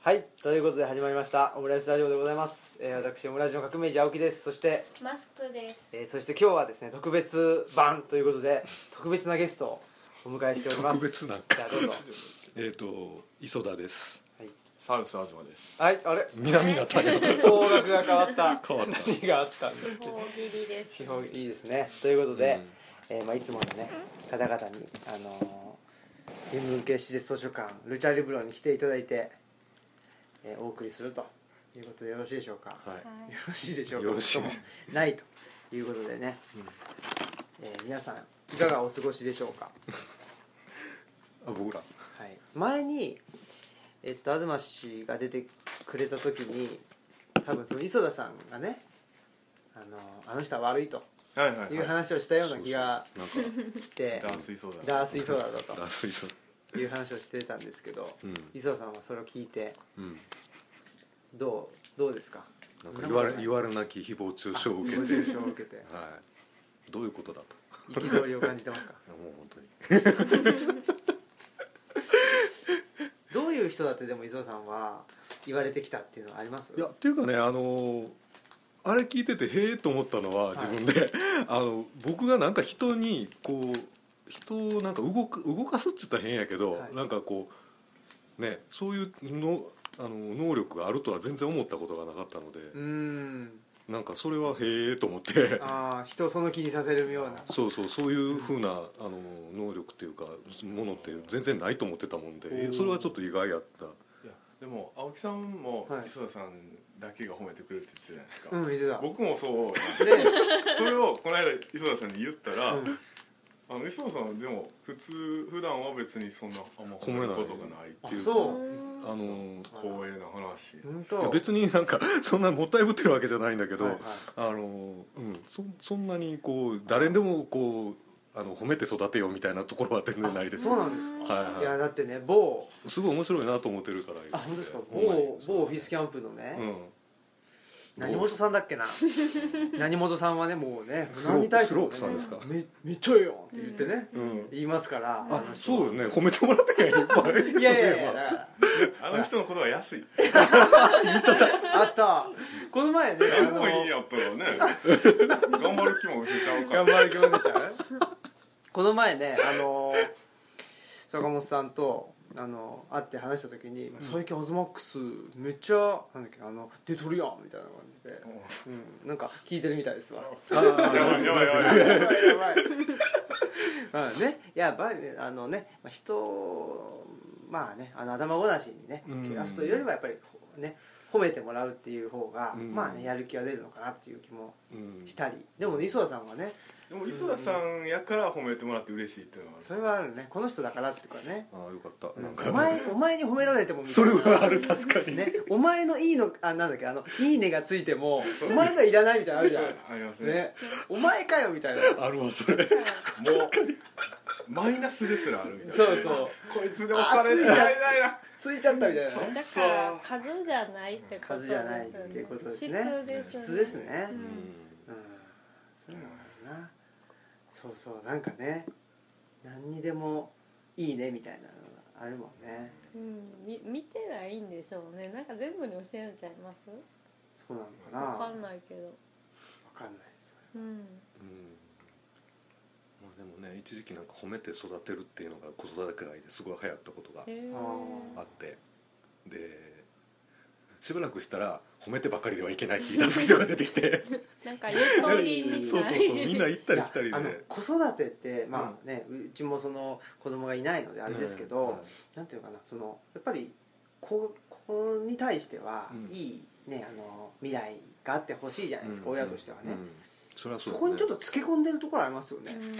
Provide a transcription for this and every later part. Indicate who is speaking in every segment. Speaker 1: はいということで始まりましたオムライスラジオでございます、えー私オムライスの革命児青木ですそして、
Speaker 2: マスクです。
Speaker 1: えーそして今日はですね特別版ということで特別なゲストをお迎えしており ます
Speaker 3: 特別なんか
Speaker 1: じゃあどうぞ
Speaker 3: えっ、と磯田です。
Speaker 4: サウス東です。
Speaker 1: はいあれ
Speaker 3: 南が太陽
Speaker 1: 方角が変わった
Speaker 3: 変わった。
Speaker 1: 何があったんだ
Speaker 2: 地方切りです。
Speaker 1: 地方いいですねということで、えーまあ、いつものね方々に、あのー人文系施設図書館ルチャリブロに来ていただいて、えーお送りするということでよろしいでしょうか、
Speaker 3: はい。
Speaker 1: よろしいでしょうか
Speaker 3: よろしい
Speaker 1: もないということでね、えー皆さんいかがお過ごしでしょうか、
Speaker 3: あ僕ら。
Speaker 1: はい、前に、えっと、東氏が出てくれた時に多分その磯田さんがねあのあの人は悪いと
Speaker 4: はいはい
Speaker 1: いう
Speaker 4: はい。
Speaker 1: 話をしたような気が
Speaker 3: なんか
Speaker 1: して
Speaker 4: ダンスいそうだ。
Speaker 1: ダース磯田だと
Speaker 3: 脱水素。
Speaker 1: いう話をしてたんですけど、
Speaker 3: うん
Speaker 1: 磯田さんはそれを聞いて
Speaker 3: うん。
Speaker 1: どうどう ですか
Speaker 3: なんか言われ
Speaker 1: なん
Speaker 3: 言われなき誹謗中傷を受け
Speaker 1: ご
Speaker 3: て、
Speaker 1: 受賞を受けて
Speaker 3: はい。どういうことだと。
Speaker 1: 憤りを感じてますか
Speaker 3: いやもう本当に。
Speaker 1: どういう人だってでも磯田さんは言われてきたっていうのはあります
Speaker 3: いやっていうかねあのーあれ聞いててへえと思ったのは自分で、あの僕がなんか人にこう人をなんか動く動かすって言ったら変やけど、
Speaker 1: はい
Speaker 3: なんかこうねそういうのあの能力があるとは全然思ったことがなかったので、
Speaker 1: うーん
Speaker 3: なんかそれはへえと思って
Speaker 1: ああ人をその気にさせるような
Speaker 3: そうそうそういうふうなあの能力っていうかものって全然ないと思ってたもんで
Speaker 1: おー
Speaker 3: それはちょっと意外やった
Speaker 4: いやでも青木さんも
Speaker 1: はい
Speaker 4: 磯田さんだけが褒めてくれるって言ってたじゃ
Speaker 1: う
Speaker 4: な
Speaker 1: ん
Speaker 4: い
Speaker 1: 見てた
Speaker 4: ですか。僕もそう。
Speaker 1: で、
Speaker 4: それをこの間磯田さんに言ったら、
Speaker 1: うん
Speaker 4: あの磯田さんはでも普通普段は別にそんなあんま褒めることがないって
Speaker 1: あ
Speaker 4: いう
Speaker 3: いう
Speaker 1: そう
Speaker 3: あの
Speaker 4: 光栄な話。
Speaker 1: 本
Speaker 3: いや
Speaker 1: 当
Speaker 3: 別になんか そんなもったいぶってるわけじゃないんだけど、
Speaker 1: はいはい
Speaker 3: あのうんそそんなにこう誰でもこうあの褒めて育てようみたいなところは全然ないです
Speaker 1: そうなんですか
Speaker 3: はいい
Speaker 1: や
Speaker 3: は
Speaker 1: だってね某
Speaker 3: い、すごい面白いなと思ってるから
Speaker 1: あ本当ですか
Speaker 3: ほんまに
Speaker 1: 某某フィスキャンプのね、
Speaker 3: うん
Speaker 1: 何本さんだっけな何本さんはねもうね
Speaker 3: スロープ
Speaker 1: に対してもね
Speaker 3: スロープさんですか
Speaker 1: めめっちゃええよって言ってね、
Speaker 3: うん
Speaker 1: 言いますから
Speaker 3: あ
Speaker 1: の人
Speaker 3: そうよね褒めてもらってないいっぱ
Speaker 1: い
Speaker 3: い
Speaker 1: やいやいやだか
Speaker 4: あの人のことは安い。
Speaker 1: らあったこの 前ね あ
Speaker 4: 何
Speaker 1: の
Speaker 4: もいいやったらね。 頑張る気も失せちゃうから
Speaker 1: 頑。張る気持ちちゃうこの前ねあの坂本さんとあの会って話した時に「最近アズマックスめっちゃなんだっけあの出とるやん」みたいな感じで、うん、なんか聞いてるみたいですわ
Speaker 3: あ
Speaker 4: やば いやばいやばい。
Speaker 1: やばいやばいまあねやばいあのねまあ人をまあねあの頭ごなしにね
Speaker 3: うん
Speaker 1: けなすというよりはやっぱりね褒めてもらうっていう方が、
Speaker 3: うん
Speaker 1: まあねやる気が出るのかなっていう気も
Speaker 3: うん
Speaker 1: したりでもね磯田さんはね
Speaker 4: でも磯田さんやから褒めてもらって嬉しいっていうのはある
Speaker 1: それはあるねこの人だからっていうかね
Speaker 3: あーよかったなん
Speaker 1: お
Speaker 3: か
Speaker 1: 前お前に褒められてもみたい
Speaker 3: そ
Speaker 1: な
Speaker 3: れはある確かに
Speaker 1: ねお前のいいのあなんだっけあのいいねがついてもお前のはいらないみたいなのあるじゃん
Speaker 4: ありますね
Speaker 1: ねお前かよみたいな
Speaker 3: あるわそれ
Speaker 4: もうマイナスですらあるみたいな
Speaker 1: そうそう
Speaker 4: こいつで押されてやれないな
Speaker 1: ついちゃったみたいなね
Speaker 2: だから数じゃないってこと
Speaker 1: 数じゃないっていうことですね
Speaker 2: 質ですね。
Speaker 1: 質ですね
Speaker 2: うん
Speaker 1: うんそういうのもあるなそうそうなんかね何にでもいいねみたいなのがあるもんね
Speaker 2: うん、み見てないいんでしょうね。なんか全部に教えちゃいます？
Speaker 1: そうなのかな
Speaker 2: わ
Speaker 1: わ
Speaker 2: かんないけど。
Speaker 1: かんないです
Speaker 2: うん。
Speaker 3: うんまあでもね一時期なんか褒めて育てるっていうのが子育て界ですごい流行ったことが
Speaker 2: へえ
Speaker 3: あってでしばらくしたら褒めてばかりではいけないって言い出す人が出て きて
Speaker 2: なんかゆとり
Speaker 3: そう
Speaker 2: み
Speaker 3: そう
Speaker 2: た
Speaker 3: そう
Speaker 2: い。
Speaker 3: みんな行ったり来たり
Speaker 1: いやあの
Speaker 3: で。
Speaker 1: 子育てってまあね、うちもその子供がいないのであれですけど、なんていうのかなそのやっぱりここに対しては
Speaker 3: うん
Speaker 1: いい、ね、あの未来があってほしいじゃないですか、親としてはね、
Speaker 3: うんそれは
Speaker 1: そ
Speaker 3: そ
Speaker 1: う
Speaker 3: だね
Speaker 1: こにちょっとつけ込んでるところありますよね、
Speaker 2: うん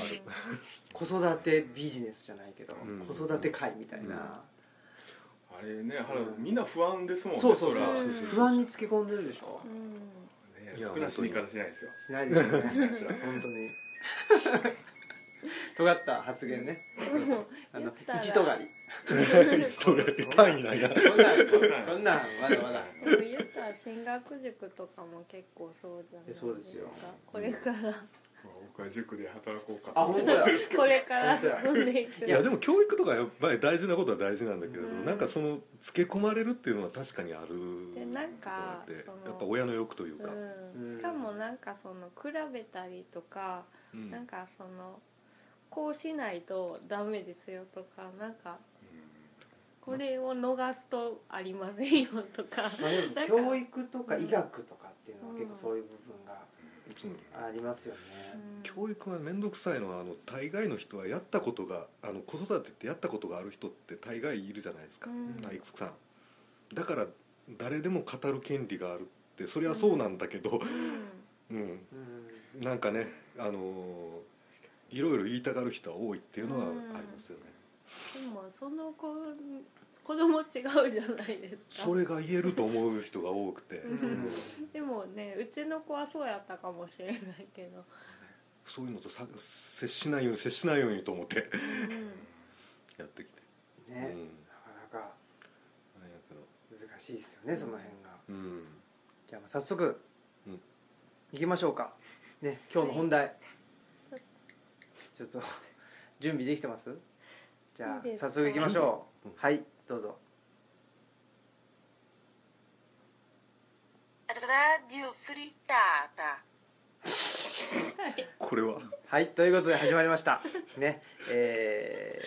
Speaker 1: 子育てビジネスじゃないけど、
Speaker 3: うん
Speaker 1: 子育て会みたいな、
Speaker 4: あれね原田みんな不安ですもんね
Speaker 1: そうそうそう
Speaker 4: ら
Speaker 2: うん
Speaker 4: ね
Speaker 1: 不安につけ込んでるでしょ
Speaker 2: うん
Speaker 3: いや
Speaker 4: 楽な死に方しないですよ
Speaker 1: しないですよ
Speaker 4: あい
Speaker 1: ね
Speaker 4: つら
Speaker 1: 本当に 尖った発言ね、あ
Speaker 2: 言
Speaker 1: の
Speaker 2: ったら
Speaker 1: 一尖り
Speaker 3: 人が単位ないな
Speaker 1: こんなんこんなんまだまだ
Speaker 2: でも言ったら進学塾とかも結構そうじゃない
Speaker 1: えそうですよ
Speaker 2: これから
Speaker 4: 僕僕は塾で働こうか
Speaker 1: あ
Speaker 4: と思
Speaker 1: 本
Speaker 4: っ
Speaker 1: 当
Speaker 4: て
Speaker 1: だ
Speaker 4: るんですけど
Speaker 2: これから
Speaker 1: 本当や
Speaker 2: 飲んでいく
Speaker 3: いやでも教育とかやっぱり大事なことは大事なんだけれど、
Speaker 2: うん
Speaker 3: なんかそのつけ込まれるっていうのは確かにある
Speaker 2: でなんか
Speaker 3: ところで
Speaker 2: その
Speaker 3: やっぱ親の欲というか、
Speaker 2: うん、しかもなんかその比べたりとか、
Speaker 3: うん
Speaker 2: なんかそのこうしないとダメですよとかなんかこれを逃すとありませんよとか
Speaker 1: まあでも
Speaker 2: なんか
Speaker 1: 教育とか医学とかっていうのは結構そういう部分
Speaker 3: うん
Speaker 1: がありますよね、
Speaker 2: うん
Speaker 3: 教育は面倒くさいのはあの大概の人はやったことがあの子育てってやったことがある人って大概いるじゃないですか、
Speaker 2: うん
Speaker 3: 大工さんだから誰でも語る権利があるってそりゃそうなんだけど、うん、
Speaker 1: うん
Speaker 3: なんかねあのーいろいろ言いたがる人は多いっていうのはありますよね、
Speaker 2: うん、でもその子子供違うじゃないですか
Speaker 3: それが言えると思う人が多くて、
Speaker 2: うん
Speaker 3: うん
Speaker 2: でもねうちの子はそうやったかもしれないけど、
Speaker 3: そういうのとさ接しないように接しないようにと思ってやってきて、うん、
Speaker 1: ね、
Speaker 3: な
Speaker 1: なかなか
Speaker 3: んやけど
Speaker 1: 難しいですよねその辺が
Speaker 3: うん
Speaker 1: じゃあまあ早速、
Speaker 3: うん
Speaker 1: 行きましょうかね今日の本題、ちょっと準備できてますじゃ
Speaker 2: いい
Speaker 1: あ
Speaker 2: ですか
Speaker 1: 早速行きましょう、
Speaker 3: うん
Speaker 1: はいどうぞ
Speaker 5: ラジオフリタータ
Speaker 3: これは
Speaker 1: はいということで始まりましたねえ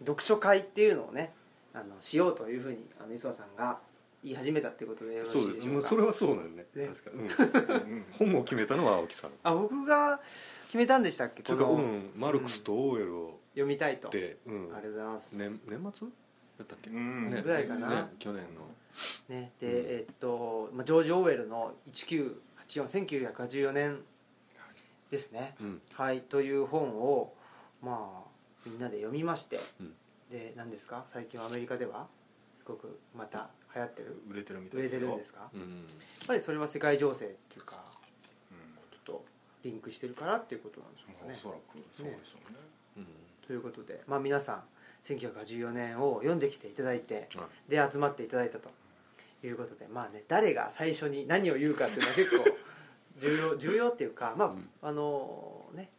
Speaker 1: ー読書会っていうのをねあのしようというふうにあの磯田さんが言い始めたってことでよろし
Speaker 3: そう
Speaker 1: い
Speaker 3: で
Speaker 1: ですしょ
Speaker 3: も
Speaker 1: う
Speaker 3: う
Speaker 1: か
Speaker 3: それはそうなんね
Speaker 1: ね
Speaker 3: 確か、
Speaker 4: うんうん
Speaker 3: うん、 本を決めたのは青 木さん
Speaker 1: あ僕が決めたんでしたっけ
Speaker 3: つう
Speaker 1: こ
Speaker 3: か
Speaker 1: の、
Speaker 3: うんマルクスとオーエルを
Speaker 1: 読みたいとあり
Speaker 3: で、うん
Speaker 1: がとうございます、
Speaker 3: 年年末だったっけ、
Speaker 4: うん
Speaker 1: ぐらいかな
Speaker 3: ね去年の
Speaker 1: ね、で、
Speaker 3: うん
Speaker 1: えっと、まあ、ジョージ・オーウェルの1984 1984年ですね、
Speaker 3: うん
Speaker 1: はい、という本を、まあ、みんなで読みまして、
Speaker 3: うん
Speaker 1: で何ですか最近はアメリカではすごくまた流行ってる
Speaker 4: 売れてるみた
Speaker 1: 売
Speaker 4: い
Speaker 1: れ
Speaker 4: で
Speaker 1: て
Speaker 4: す
Speaker 1: るん
Speaker 4: よ
Speaker 1: ですかやっ
Speaker 3: うん
Speaker 1: ぱりそれは世界情勢っていうか
Speaker 4: うん
Speaker 1: ちょっとリンクしてるからっていうことなんでしょうか
Speaker 4: まあ
Speaker 1: ね
Speaker 4: おそらくそうでしょうね
Speaker 3: うん
Speaker 1: ということで、まあ、皆さん1984年を読んできていただいて、
Speaker 3: は
Speaker 1: で集まっていただいたということでまあね誰が最初に何を言うかっていうのは結構重要重要っていうかまあ、
Speaker 3: うん
Speaker 1: あのね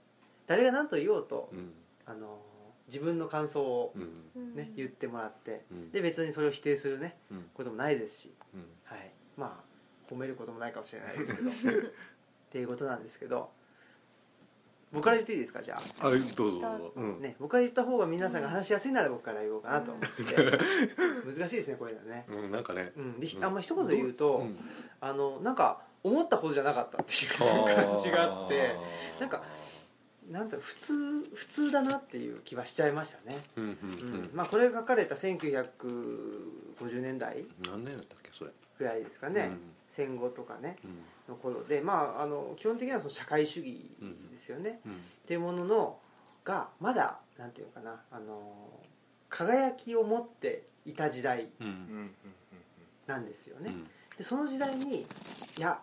Speaker 1: 誰が何と言おうと、
Speaker 3: うん
Speaker 1: あの自分の感想を
Speaker 3: うん
Speaker 2: うん
Speaker 1: ね、言ってもらって
Speaker 3: うん
Speaker 1: で別にそれを否定するね
Speaker 3: うん
Speaker 1: こともないですし、
Speaker 3: うん
Speaker 1: はい、まあ褒めることもないかもしれないですけどっていうことなんですけど僕から言っていいですかじゃあ。
Speaker 3: あどうぞどうぞ、うん
Speaker 1: ね、僕から言った方が皆さんが話しやすいなら僕から言おうかなと思って、難しいですねこれだね、
Speaker 3: うん、なんかね
Speaker 1: うん、でひ
Speaker 3: うん
Speaker 1: あんま一言で言うと、
Speaker 3: うん
Speaker 1: あのなんか思ったほどじゃなかったっていう感じがあってなんかなんと普通普通だなっていう気はしちゃいましたね、
Speaker 3: うんうん
Speaker 1: う
Speaker 3: うんん、
Speaker 1: まあ、これが書かれた1950年代
Speaker 3: 何年だったっけそれ
Speaker 1: ぐらいですかね、
Speaker 3: うん
Speaker 1: 戦後とかね
Speaker 3: うん
Speaker 1: の頃でまああの基本的にはその社会主義ですよね、
Speaker 3: うん
Speaker 1: っていうもののがまだなんていうのかなあの輝きを持っていた時代
Speaker 3: う
Speaker 4: うん
Speaker 3: ん
Speaker 4: うんうん
Speaker 1: なんですよ
Speaker 3: う
Speaker 1: ね、
Speaker 3: ん
Speaker 1: でその時代にいや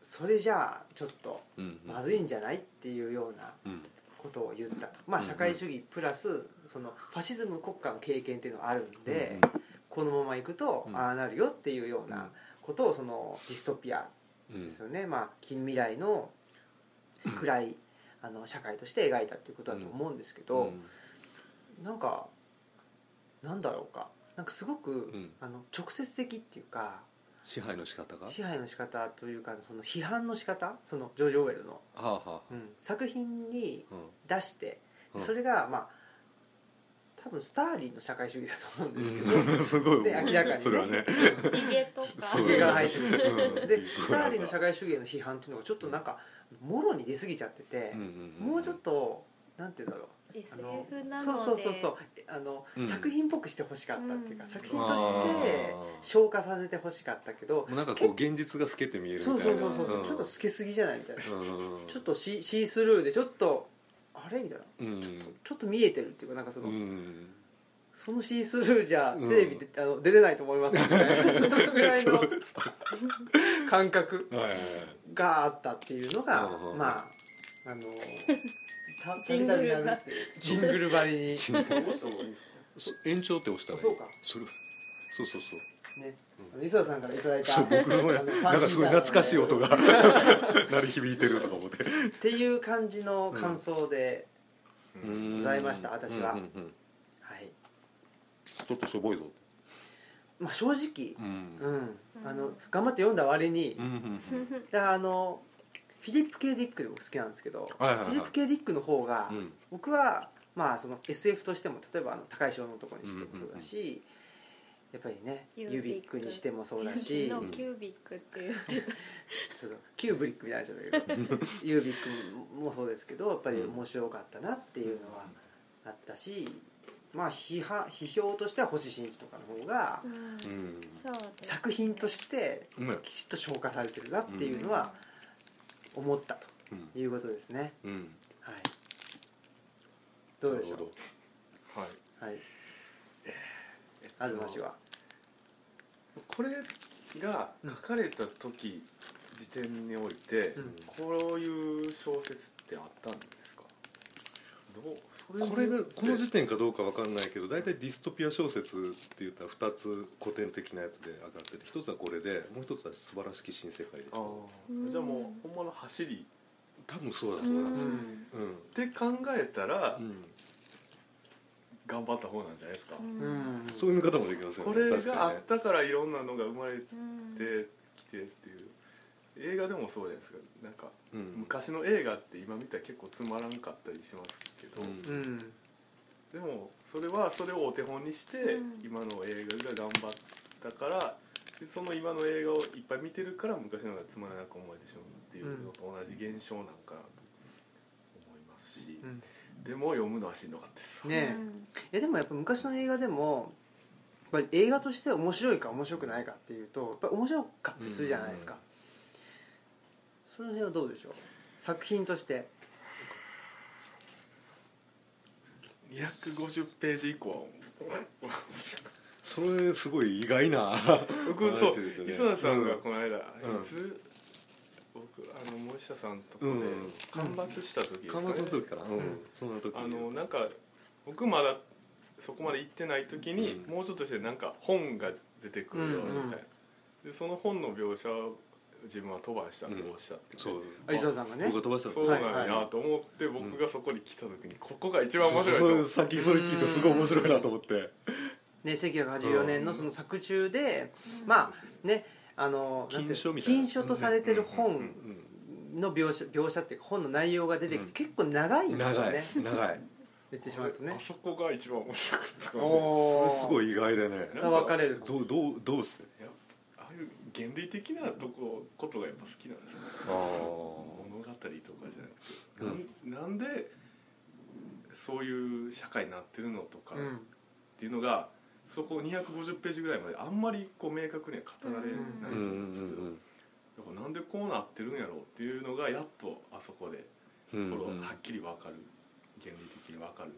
Speaker 1: それじゃあちょっと
Speaker 3: うん
Speaker 1: まずいんじゃないっていうような
Speaker 3: うん
Speaker 1: ことを言ったとまあ
Speaker 3: うんうん
Speaker 1: 社会主義プラスそのファシズム国家の経験っていうのはあるんで、このままいくと
Speaker 3: うん
Speaker 1: ああなるよっていうようなことをそのディストピア
Speaker 3: うん
Speaker 1: ですよね、まあ、近未来の暗いあの社会として描いたっていうことだと思うんですけど、なんかなんだろうかなんかすごく、
Speaker 3: ん
Speaker 1: あの直接的っていうか
Speaker 3: 支配の仕方がは
Speaker 1: 支配の仕方というかその批判の仕方そのジョージ・オーウェルの、
Speaker 3: あはあ
Speaker 1: うん作品に
Speaker 3: うん
Speaker 1: 出してで
Speaker 3: うん
Speaker 1: それがまあ多分スターリンの社会主義だと思うんですけど、
Speaker 3: うんすご い
Speaker 1: で明らかにね
Speaker 3: それはね
Speaker 2: ヒゲとか
Speaker 3: そう
Speaker 1: ヒゲが入ってる
Speaker 3: うん
Speaker 1: で
Speaker 3: びっくり
Speaker 1: ス
Speaker 3: した
Speaker 1: ターリンの社会主義への批判っていうのがちょっとなんかもろに出過ぎちゃってて
Speaker 3: うん、んん
Speaker 1: もうちょっとなんて言うんだろうあ
Speaker 2: SF なの
Speaker 1: そ
Speaker 2: で
Speaker 1: うそうそう そうあの、
Speaker 3: うん
Speaker 1: 作品っぽくしてほしかったっていうか、
Speaker 2: うん
Speaker 1: 作
Speaker 3: あ
Speaker 1: 品として
Speaker 3: ー
Speaker 1: 消化させてほしかったけど、
Speaker 3: もうなんかこう現実が透けて見える
Speaker 1: そう
Speaker 3: みた
Speaker 1: そ
Speaker 3: いうな
Speaker 1: そうそう、
Speaker 3: ん
Speaker 1: ちょっと透けすぎじゃないみたいな、
Speaker 3: うん
Speaker 1: ちょっとシシースルーでちょっとあれみたいな
Speaker 3: うん
Speaker 1: ちょっと見えてるっていうかなんかその、
Speaker 3: うん
Speaker 1: そのシースルーじゃ
Speaker 3: うん
Speaker 1: テレビで、あの出れないと思いますみたいなそのぐらいの
Speaker 3: そうですはい
Speaker 1: 感覚
Speaker 3: はいはい
Speaker 1: があったっていうのが、
Speaker 3: うん
Speaker 1: まあ あのたた
Speaker 2: ジ
Speaker 1: び
Speaker 2: ン
Speaker 1: た
Speaker 2: グ
Speaker 1: び
Speaker 2: ル
Speaker 1: なる
Speaker 2: が
Speaker 1: っていうジングルばりに
Speaker 3: シンプル
Speaker 4: どうした方がいいんですか
Speaker 3: そ延長って押したらいい
Speaker 1: そうか
Speaker 3: それそうそうそう
Speaker 1: ねあの磯田さんからいただいた
Speaker 3: そう僕の
Speaker 1: あの
Speaker 3: なんかすごい懐かしい音が鳴り響いてるとか思って
Speaker 1: っていう感じの感想で、ございました私は
Speaker 3: うんうんうん
Speaker 1: はい
Speaker 3: ちょっとしょぼいぞ
Speaker 1: まあ正直
Speaker 3: うん
Speaker 1: うん、あの頑張って読んだ割に、
Speaker 3: うんうんうん
Speaker 1: だからあのフィリップ・ケイ・ディックでも好きなんですけど、
Speaker 3: はいはい
Speaker 1: フィリッ
Speaker 3: は
Speaker 1: プ・ケイ・ディックの方が、
Speaker 3: いうん
Speaker 1: 僕はまあその SF としても例えばあの高い小のとこにしてもそうだし、やっぱりね
Speaker 2: キュ
Speaker 1: ユー
Speaker 2: ービック
Speaker 1: ビックにしてもそうだ
Speaker 2: 昨日
Speaker 1: し、
Speaker 2: の
Speaker 1: うん
Speaker 2: キュービックって言ってた
Speaker 1: そうそうキューブリックみたいな人だけど ユービックもそうですけどやっぱり面白かったなっていうのはあったし、まあ批判批評としては星新一とかの方が
Speaker 2: うん
Speaker 3: うん
Speaker 2: そうです
Speaker 1: 作品として
Speaker 3: うん
Speaker 1: きちっと消化されてるなっていうのは思った
Speaker 3: うん
Speaker 1: ということですね。
Speaker 3: うん
Speaker 1: はい、どうでしょ
Speaker 3: なるほど
Speaker 4: はい
Speaker 1: うんはい東は
Speaker 4: これが書かれた時、時点において、
Speaker 1: うん
Speaker 4: こういう小説ってあったんですかどうそ
Speaker 3: これがこの時点
Speaker 4: 点
Speaker 3: かどうかわかんないけど大体ディストピア小説って言ったら2つ古典的なやつで上がってて1つはこれでもう1つは「素晴らしき新世界でし
Speaker 4: あ
Speaker 3: ょ」
Speaker 4: ーじゃあもうほんまの走り
Speaker 3: 多分そうだと思いま
Speaker 1: う
Speaker 3: す
Speaker 1: ん
Speaker 3: うん
Speaker 4: って考えたら
Speaker 3: うん
Speaker 4: 頑張った方なんじゃないですか、
Speaker 1: う
Speaker 2: う
Speaker 1: ん
Speaker 2: ん
Speaker 3: そういう見方もできますよね
Speaker 4: これ
Speaker 3: 確
Speaker 4: があ
Speaker 3: かに
Speaker 4: っ
Speaker 3: ね
Speaker 4: たからいろんなのが生まれて
Speaker 2: うん
Speaker 4: きてっていう映画でもそうじゃないですかなんか
Speaker 3: うん
Speaker 4: 昔の映画って今見たら結構つまらんかったりしますけど、
Speaker 3: うん
Speaker 1: うん
Speaker 4: でもそれはそれをお手本にして
Speaker 2: うん
Speaker 4: 今の映画が頑張ったからでその今の映画をいっぱい見てるから昔のがつまらなく思えてしまうっていうのと同じ現象なんかなと思いますし、
Speaker 1: うん
Speaker 4: でも読むのはしんどかったです、
Speaker 1: ねいやでもやっぱ昔の映画でもやっぱり映画として面白いか面白くないかっていうとやっぱり面白かったりするじゃないですか、その辺はどうでしょう作品として
Speaker 4: 250ページ以降は
Speaker 3: それすごい意外な
Speaker 4: 僕そう
Speaker 3: 話ですよね
Speaker 4: 磯田さんがこの間、
Speaker 3: うん
Speaker 4: いつ僕あの森下さんとこ
Speaker 3: う
Speaker 4: で
Speaker 3: ん
Speaker 4: 間伐した時ですか
Speaker 3: 看
Speaker 4: ね、
Speaker 3: 板の時からうん
Speaker 1: うん
Speaker 3: そんな時
Speaker 4: あのなんか僕まだそこまで行ってない時に、
Speaker 3: うん
Speaker 4: もうちょっとしてなんか本が出てくるよみたいな、でその本の描写を自分は飛ばしたとおっしゃって、
Speaker 3: そう
Speaker 1: 有沢さんがね
Speaker 3: 僕が飛ばした
Speaker 4: そう
Speaker 3: の
Speaker 4: な
Speaker 1: は
Speaker 4: ん
Speaker 1: いはい
Speaker 4: やと思って僕がそこに来た時にここが一番面白いと、
Speaker 3: そうさっきそれ聞いてすごい面白いなと思って
Speaker 1: ね1984年のその作中で、まあねあのなんて
Speaker 3: 禁書みたいな
Speaker 1: 禁書とされてる
Speaker 3: う
Speaker 1: 本
Speaker 3: ん
Speaker 1: の描写描写っていうか本の内容が出てきて結構長いんですよ
Speaker 3: 長い
Speaker 1: ね
Speaker 3: 長い
Speaker 1: 言ってしまうとね
Speaker 4: あそこが一番面白かったかもしれない
Speaker 1: お
Speaker 3: そ
Speaker 1: お
Speaker 3: れすごい意外でね
Speaker 1: それは分かれる
Speaker 3: どうどうどうして
Speaker 4: ああいう原理的なとこことがやっぱ好きなんですね
Speaker 3: ああ
Speaker 4: 物語とか
Speaker 3: う
Speaker 4: じゃなく
Speaker 3: ん
Speaker 4: て、なん、なんでそういう社会になってるのとか、
Speaker 1: うん
Speaker 4: っていうのがそこ250ページぐらいまであんまりこう明確には語られないと
Speaker 3: うんうん
Speaker 4: 思うんですけど、だからなんでこうなってるんやろうっていうのがやっとあそこで、
Speaker 3: うんうん
Speaker 4: こ
Speaker 3: う
Speaker 4: れ
Speaker 3: ん
Speaker 4: はっきり分かる原理的に分かる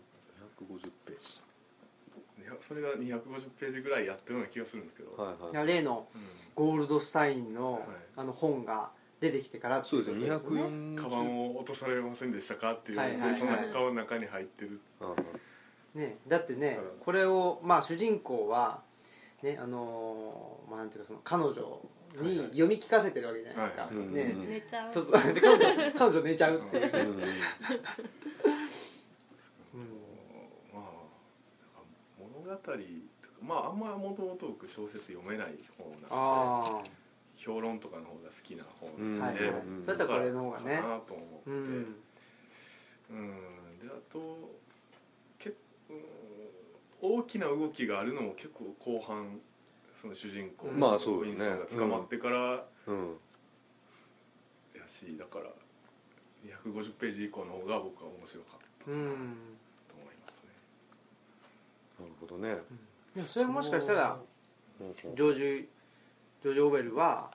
Speaker 3: 150ページ
Speaker 4: いやそれが250ページぐらいやってるような気がするんですけど、
Speaker 3: はい
Speaker 1: いや
Speaker 3: はい
Speaker 1: 例の
Speaker 4: う
Speaker 1: ゴールドスタインの,、
Speaker 4: はい
Speaker 1: あの本が出てきてからって
Speaker 3: そ
Speaker 1: いうこ
Speaker 3: で
Speaker 1: と
Speaker 3: す
Speaker 1: です
Speaker 3: ね
Speaker 1: よ
Speaker 4: ん、
Speaker 3: 240
Speaker 4: カバンを落とされませんでしたかっていうので、
Speaker 1: はいはいはい
Speaker 4: その中の中に入ってる
Speaker 3: ああ
Speaker 1: ねだってね
Speaker 4: うん
Speaker 1: これをまあ主人公はねあのーまあなんていうかその彼女に読み聞かせてるわけじゃないですか、
Speaker 4: はい
Speaker 3: はい
Speaker 1: ね、
Speaker 3: うん
Speaker 2: 寝ちゃう
Speaker 1: そうそうで彼女彼女寝ちゃうっていう
Speaker 3: う
Speaker 1: ね、
Speaker 3: ん
Speaker 4: まあなんか物語とかまああんまりもともと僕小説読めない方なんで
Speaker 1: あ
Speaker 4: 評論とかの方が好きな方
Speaker 3: うん
Speaker 1: あ
Speaker 4: な
Speaker 1: は
Speaker 4: ん
Speaker 1: い
Speaker 4: で、
Speaker 1: はい、
Speaker 3: うん
Speaker 1: だったらこれの方がね
Speaker 4: かなと思って
Speaker 1: う
Speaker 4: うん
Speaker 1: ん
Speaker 4: であと結構大きな動きがあるのも結構後半その主人公
Speaker 1: ま
Speaker 3: あそうよね
Speaker 4: ウィンストンが捕まってからや
Speaker 3: うん
Speaker 4: し、だから250ページ以降の方が僕は面白かった
Speaker 1: うん、
Speaker 4: と思いますね、
Speaker 3: なるほどね
Speaker 1: でもそれもしかしたらジョージジョージ・オーウェルは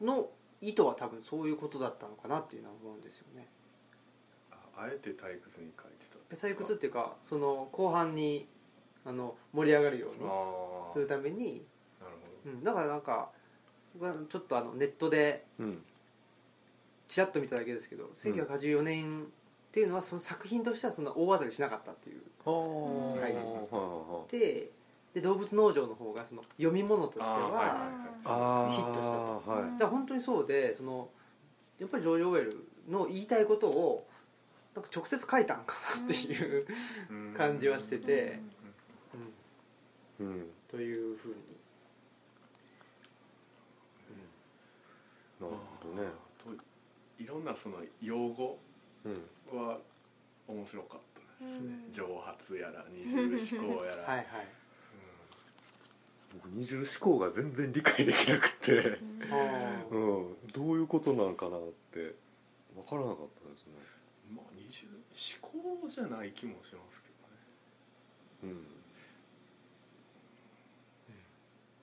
Speaker 1: の意図は多分そういうことだったのかなっていうのは思うんですよね
Speaker 4: ああえて退屈に書いてたんですか
Speaker 1: 退屈っていうかその後半にあの盛り上がるように
Speaker 4: ああ
Speaker 1: するために、
Speaker 4: なるほ
Speaker 1: う
Speaker 4: ど
Speaker 1: ん、だからなんか僕はちょっとあのネットで
Speaker 3: うん
Speaker 1: ちらっと見ただけですけど、1984年っていうのはその作品としてはそんな大当たりしなかったっていう
Speaker 3: はあ
Speaker 1: はい
Speaker 3: は
Speaker 1: でで動物農場の方がその読み物として
Speaker 4: あーはいはい
Speaker 1: は
Speaker 4: はい
Speaker 3: あー
Speaker 1: ヒットした
Speaker 3: はい
Speaker 1: じゃあ本当にそうでそのやっぱりジョージ・オーウェルの言いたいことをなんか直接書いたんかなっていう、
Speaker 4: うん
Speaker 1: 感じはしててうん
Speaker 3: うん
Speaker 1: というふうに
Speaker 3: なるほどね
Speaker 4: といろんなその用語
Speaker 3: うん
Speaker 4: は面白かったです
Speaker 2: う
Speaker 4: ね、
Speaker 2: ん
Speaker 4: 蒸発やら二重思考やら、
Speaker 1: はいはい
Speaker 3: 僕二重思考が全然理解できなくて
Speaker 1: あー
Speaker 3: うんどういうことなんかなって分からなかったですね
Speaker 4: うんまあ二重思考じゃない気もしますけど
Speaker 3: う
Speaker 4: ね
Speaker 3: ん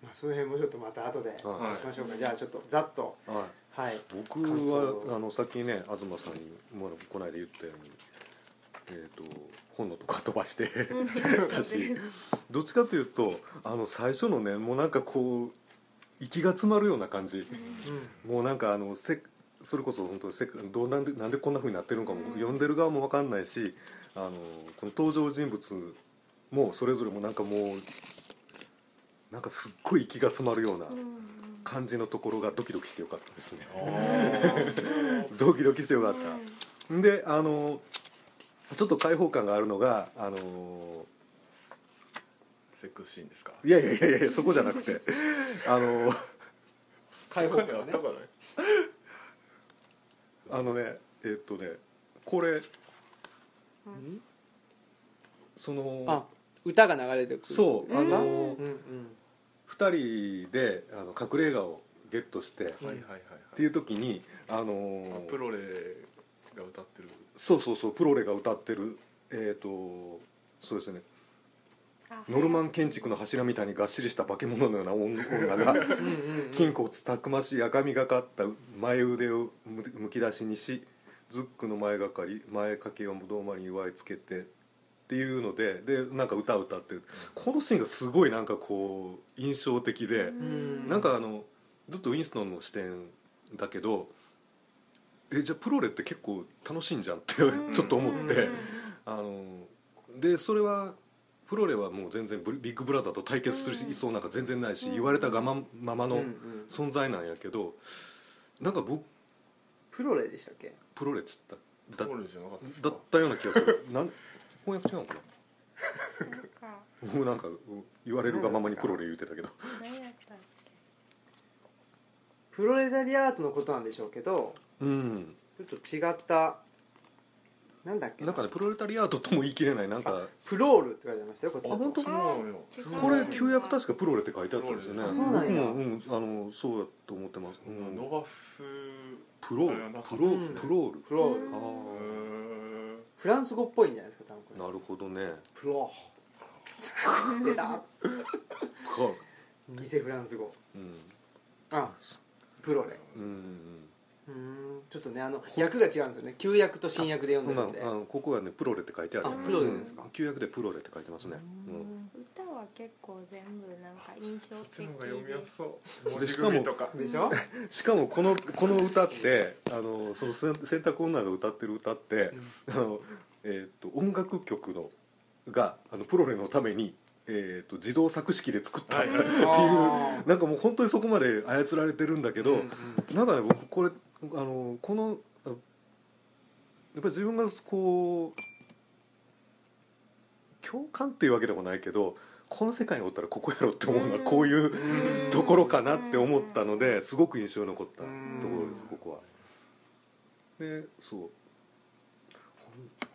Speaker 1: まあその辺もちょっとまた後で
Speaker 3: はい
Speaker 1: しましょうかじゃあちょっとざっと
Speaker 3: はい
Speaker 1: はい
Speaker 3: 僕
Speaker 1: 感
Speaker 3: は
Speaker 1: 想
Speaker 3: あのさっきね東さんにもこの間言ったように、えー、と本能とか飛ばして だしどっちかというとあの最初のねもうなんかこう息が詰まるような感じ
Speaker 1: うん
Speaker 3: もうなんかあのせそれこそ本当にせどうなんでなんでこんなふうになってるのかも、
Speaker 2: うん
Speaker 3: 読んでる側も分かんないしあのこの登場人物もそれぞれもなんかもうなんかすっごい息が詰まるような感じのところがドキドキしてよかったですね。ドキドキしてよかった、であのちょっと開放感があるのがあの
Speaker 4: セックスシーンですか
Speaker 3: いやいやいやいやそこじゃなく てあの
Speaker 1: 開放
Speaker 4: 他
Speaker 1: 感が
Speaker 4: にあっ
Speaker 1: ね
Speaker 4: たかね
Speaker 3: あのねえっとねこれ
Speaker 1: うん
Speaker 3: その
Speaker 1: あ歌が流れてくる
Speaker 3: そうあの、
Speaker 1: うんうん
Speaker 3: 2人であの隠れ家をゲットしてっ
Speaker 1: うん
Speaker 4: はいはいはいはい
Speaker 3: ていう時にあ
Speaker 4: あ
Speaker 3: の
Speaker 4: プロレが歌ってる
Speaker 3: そうそうそうプロレが歌ってるえっ、とそうですねノルマン建築の柱みたいにがっしりした化け物のような女が
Speaker 1: うんうんうん
Speaker 3: 筋骨たくましい赤みがかった前腕をむむき出しにしズックの前がかり前掛けを胴回りに祝いつけてっていうのででなんか歌を歌ってるこのシーンがすごいなんかこう印象的で、
Speaker 1: ん
Speaker 3: なんかあのずっとウィンストンの視点だけどえじゃあプロレって結構楽しいんじゃんってちょっと思って、
Speaker 1: うん
Speaker 3: あのでそれはプロレはもう全然ブリビッグブラザーと対決するし、
Speaker 2: うん
Speaker 3: いそうなんか全然ないし、
Speaker 2: うん
Speaker 3: 言われたがままま
Speaker 1: うん
Speaker 3: の
Speaker 1: うん
Speaker 3: 存在なんやけどなんか僕
Speaker 1: プロレでしたっけ
Speaker 3: プロレっつった
Speaker 4: プ
Speaker 3: だ
Speaker 4: ロレじゃなかったです
Speaker 3: だ
Speaker 4: か
Speaker 3: ったような気がするなん翻訳違うのかな
Speaker 2: か
Speaker 3: 僕なんか言われるがままにプロレ言うてたけど
Speaker 2: 何やったっ
Speaker 1: プロレタリアートのことなんでしょうけど
Speaker 3: うん
Speaker 1: ちょっと違ったなんだっけ
Speaker 3: なんかねプロレタリアートとも言い切れないなんか
Speaker 1: プロールって書いてありましたよこっち
Speaker 3: あ本当
Speaker 4: そうなのよ
Speaker 2: け
Speaker 3: これ旧約確かプロレって書いてあったんですよね
Speaker 4: あ
Speaker 1: そうなんや
Speaker 3: 僕も、うん、あのそうだと思ってます、う
Speaker 4: うん
Speaker 3: ん、
Speaker 4: 伸ばす
Speaker 3: プロ
Speaker 4: あれはな
Speaker 3: プ
Speaker 4: かった
Speaker 3: ロ
Speaker 1: ですね
Speaker 3: プロール
Speaker 1: プロール
Speaker 2: うん
Speaker 3: あ
Speaker 4: う
Speaker 3: あ
Speaker 4: ん
Speaker 1: フランス語っぽいんじゃないですか多分これ
Speaker 3: なるほどね
Speaker 1: プロール出た
Speaker 3: か
Speaker 1: 偽フランス語
Speaker 3: うん
Speaker 1: あプロレ
Speaker 3: うんうん
Speaker 1: うーんちょっとねあの訳が違うんですよね旧訳と新訳で
Speaker 3: うん
Speaker 1: 読んでるんで
Speaker 3: まああのここはねプロレって書いてある
Speaker 1: あ
Speaker 2: プロレ
Speaker 1: ですか
Speaker 3: うん旧約でプロレって書いてますねうん
Speaker 2: 歌は結構全部なんか印象
Speaker 4: そっち
Speaker 2: 的
Speaker 4: の方が読みやすそう
Speaker 3: で
Speaker 4: 文字組みとか
Speaker 1: でし ょ
Speaker 3: しかもこのこの歌ってあのそのせん洗濯女が歌ってる歌って
Speaker 1: う、ん
Speaker 3: あのえー、と音楽曲のがあのプロレのために、えー、と自動作式で作った、
Speaker 4: はいはい
Speaker 1: あー
Speaker 3: なんかもう本当にそこまで操られてるんだけど、
Speaker 1: うんうん
Speaker 3: なんかね僕これあのこのあやっぱり自分がこう共感っていうわけでもないけどこの世界におったらここやろって思うのは
Speaker 2: うん
Speaker 3: こういうところかなって思ったのですごく印象に残ったところです
Speaker 1: うん
Speaker 3: ここは。でそう